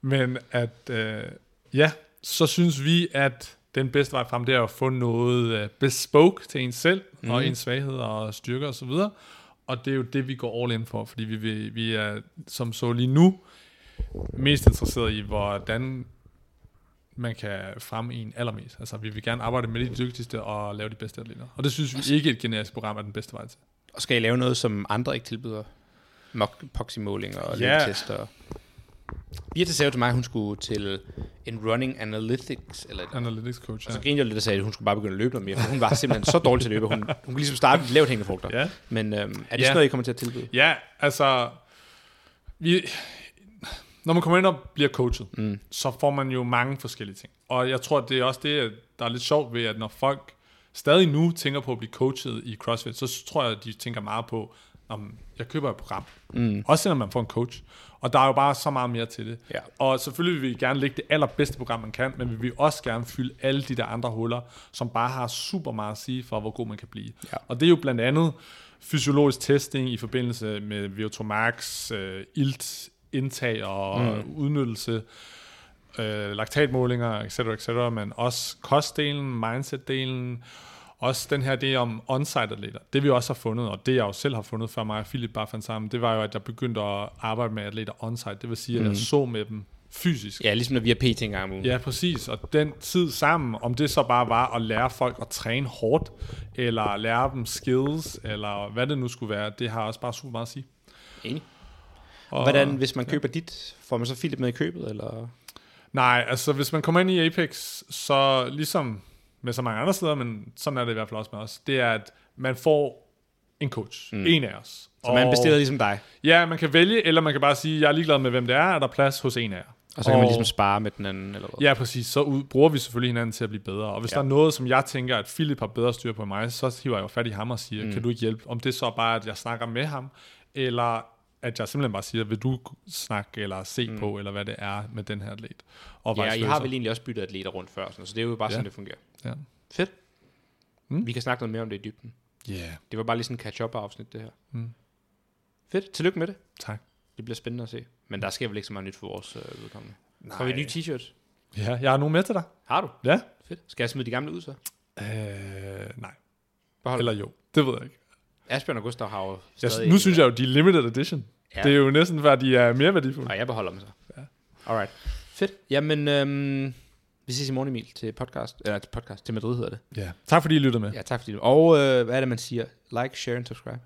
Men at, øh, ja, så synes vi, at den bedste vej frem, det er at få noget øh, bespoke til en selv, mm. og ens svagheder og styrker osv. Og, og det er jo det, vi går all in for, fordi vi, vi, vi er, som så lige nu, mest interesseret i, hvordan man kan fremme en allermest. Altså, vi vil gerne arbejde med de dygtigste og lave de bedste atleter. Og det synes vi ikke, et generisk program er den bedste vej til.
Og skal I lave noget, som andre ikke tilbyder? Mock- Proxymålinger og
Ja.
yeah. tester. Birte sagde jo til mig, at hun skulle til en running analytics, eller et
Analytics coach,
Og så
ja.
grinede jeg lidt og sagde, at hun skulle bare begynde at løbe noget mere, for hun var simpelthen så dårlig til at løbe. Hun, hun kunne ligesom starte med lavt hængende frugter.
Ja.
Men øhm, er det
Ja.
sådan noget, I kommer til at tilbyde?
Ja, altså... Vi, når man kommer ind og bliver coachet, mm. så får man jo mange forskellige ting. Og jeg tror, det er også det, der er lidt sjovt ved, at når folk stadig nu tænker på at blive coachet i CrossFit, så tror jeg, at de tænker meget på, om jeg køber et program. Mm. Også selvom man får en coach. Og der er jo bare så meget mere til det.
Ja.
Og selvfølgelig vil vi gerne lægge det allerbedste program, man kan, men vi vil også gerne fylde alle de der andre huller, som bare har super meget at sige for, hvor god man kan blive.
Ja.
Og det er jo blandt andet fysiologisk testing i forbindelse med VO2 max, øh, ilt, indtag og mm. udnyttelse, øh, laktatmålinger, etc., etc., men også kostdelen, mindsetdelen, også den her idé om on-site atleter. Det vi også har fundet, og det jeg jo selv har fundet før mig og Philip bare fandt sammen, det var jo, at jeg begyndte at arbejde med atleter on-site. Det vil sige, at jeg så med dem fysisk.
Ja, ligesom når vi har PT en gang om ugen.
Ja, præcis. Og den tid sammen, om det så bare var at lære folk at træne hårdt, eller lære dem skills, eller hvad det nu skulle være, det har også bare super meget at sige.
Enig. Og hvordan, hvis man køber dit, får man så Philip med i købet, eller?
Nej, altså hvis man kommer ind i Apex, så ligesom med så mange andre steder, men sådan er det i hvert fald også med os, det er, at man får en coach. Mm. En af os.
Så man bestiller ligesom dig,
Ja, man kan vælge, eller man kan bare sige, jeg er ligeglad med, hvem det er, er der plads hos en af jer.
og så kan man ligesom spare med den anden, eller hvad?
Ja, præcis. Så ud, bruger vi selvfølgelig hinanden til at blive bedre. Og hvis ja. der er noget, som jeg tænker, at Philip har bedre styr på end mig, så hiver jeg jo fat i ham og siger, mm. kan du ikke hjælpe? Om det så bare er, at jeg snakker med ham, eller at jeg simpelthen bare siger, vil du snakke eller se mm. på, eller hvad det er med den her atlet. Og
Ja,
vice
I har
versa.
vel egentlig også byttet atleter rundt før, sådan, så det er jo bare sådan,
Ja.
det fungerer.
Ja.
Fedt. Mm. Vi kan snakke noget mere om det i dybden.
Yeah.
Det var bare lige sådan en catch-up-afsnit, det her. Mm. Fedt. Tillykke med det.
Tak.
Det bliver spændende at se. Men der sker vel ikke så meget nyt for vores øh, udkommende. Får vi nye t-shirts?
Ja, jeg har nogen med til dig.
Har du?
Ja.
Fedt. Skal jeg smide de gamle ud så?
Øh, nej.
Behold.
Eller jo. Det ved jeg ikke.
Asbjørn og Gustav har jo
Jeg,
stadig... øh,
nu synes jeg jo, de er limited edition.
Ja.
Ja. Det er jo næsten, før de er mere værdifulde.
Og jeg beholder dem så. Ja. Alright. Fedt. Jamen, øhm, vi ses i morgen, Emil, til podcast. Eller til podcast. Til Madrid hedder det.
Ja. Tak fordi I lyttede med.
Ja, tak fordi du... Og øh, hvad er det, man siger? Like, share and subscribe.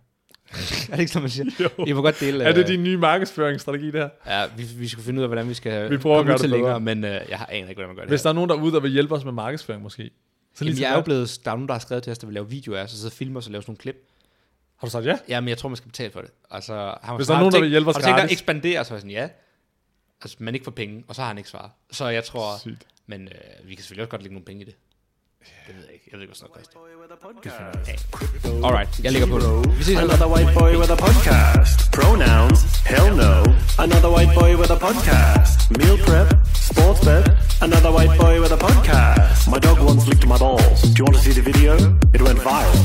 (laughs) er det ikke sådan, man siger?
(laughs) Jo.
I må godt dele...
Er det
øh,
din nye markedsføringsstrategi, det her?
Ja, vi, vi skal finde ud af, hvordan vi skal
Vi prøver at
komme
gøre
ud
det
til
bedre.
længere, men øh, jeg har aner ikke, hvordan man gør det
Hvis
her.
der er nogen derude, der vil hjælpe os med markedsføring måske. Så
Jamen,
til
jeg er jo
dig.
blevet, der er nogen, der har skrevet til os, der vil lave videoer af os, og så filmer os og laver sådan nogle klip.
Har du sagt ja?
Ja, men jeg tror, man skal betale for det. Altså, han var sådan,
Hvis der
har du
er nogen, der
tænkt-
vil hjælpe os
har du tænkt dig at
gratis?
ekspandere, så var jeg sådan, ja. Altså, men ikke for penge, og så har han ikke svaret. Så jeg tror,
Sygt.
men øh, vi kan selvfølgelig også godt lægge nogle penge i det. Det ved jeg ikke. Jeg ved ikke, hvad sådan noget koster. Alright, jeg lægger på det. Vi ses alle.
Another white boy with a podcast. Pronouns? Hell no. Another white boy with a podcast. Meal prep? Sports bet? Another white boy with a podcast. My dog once licked my balls. Do you want to see the video? It went viral.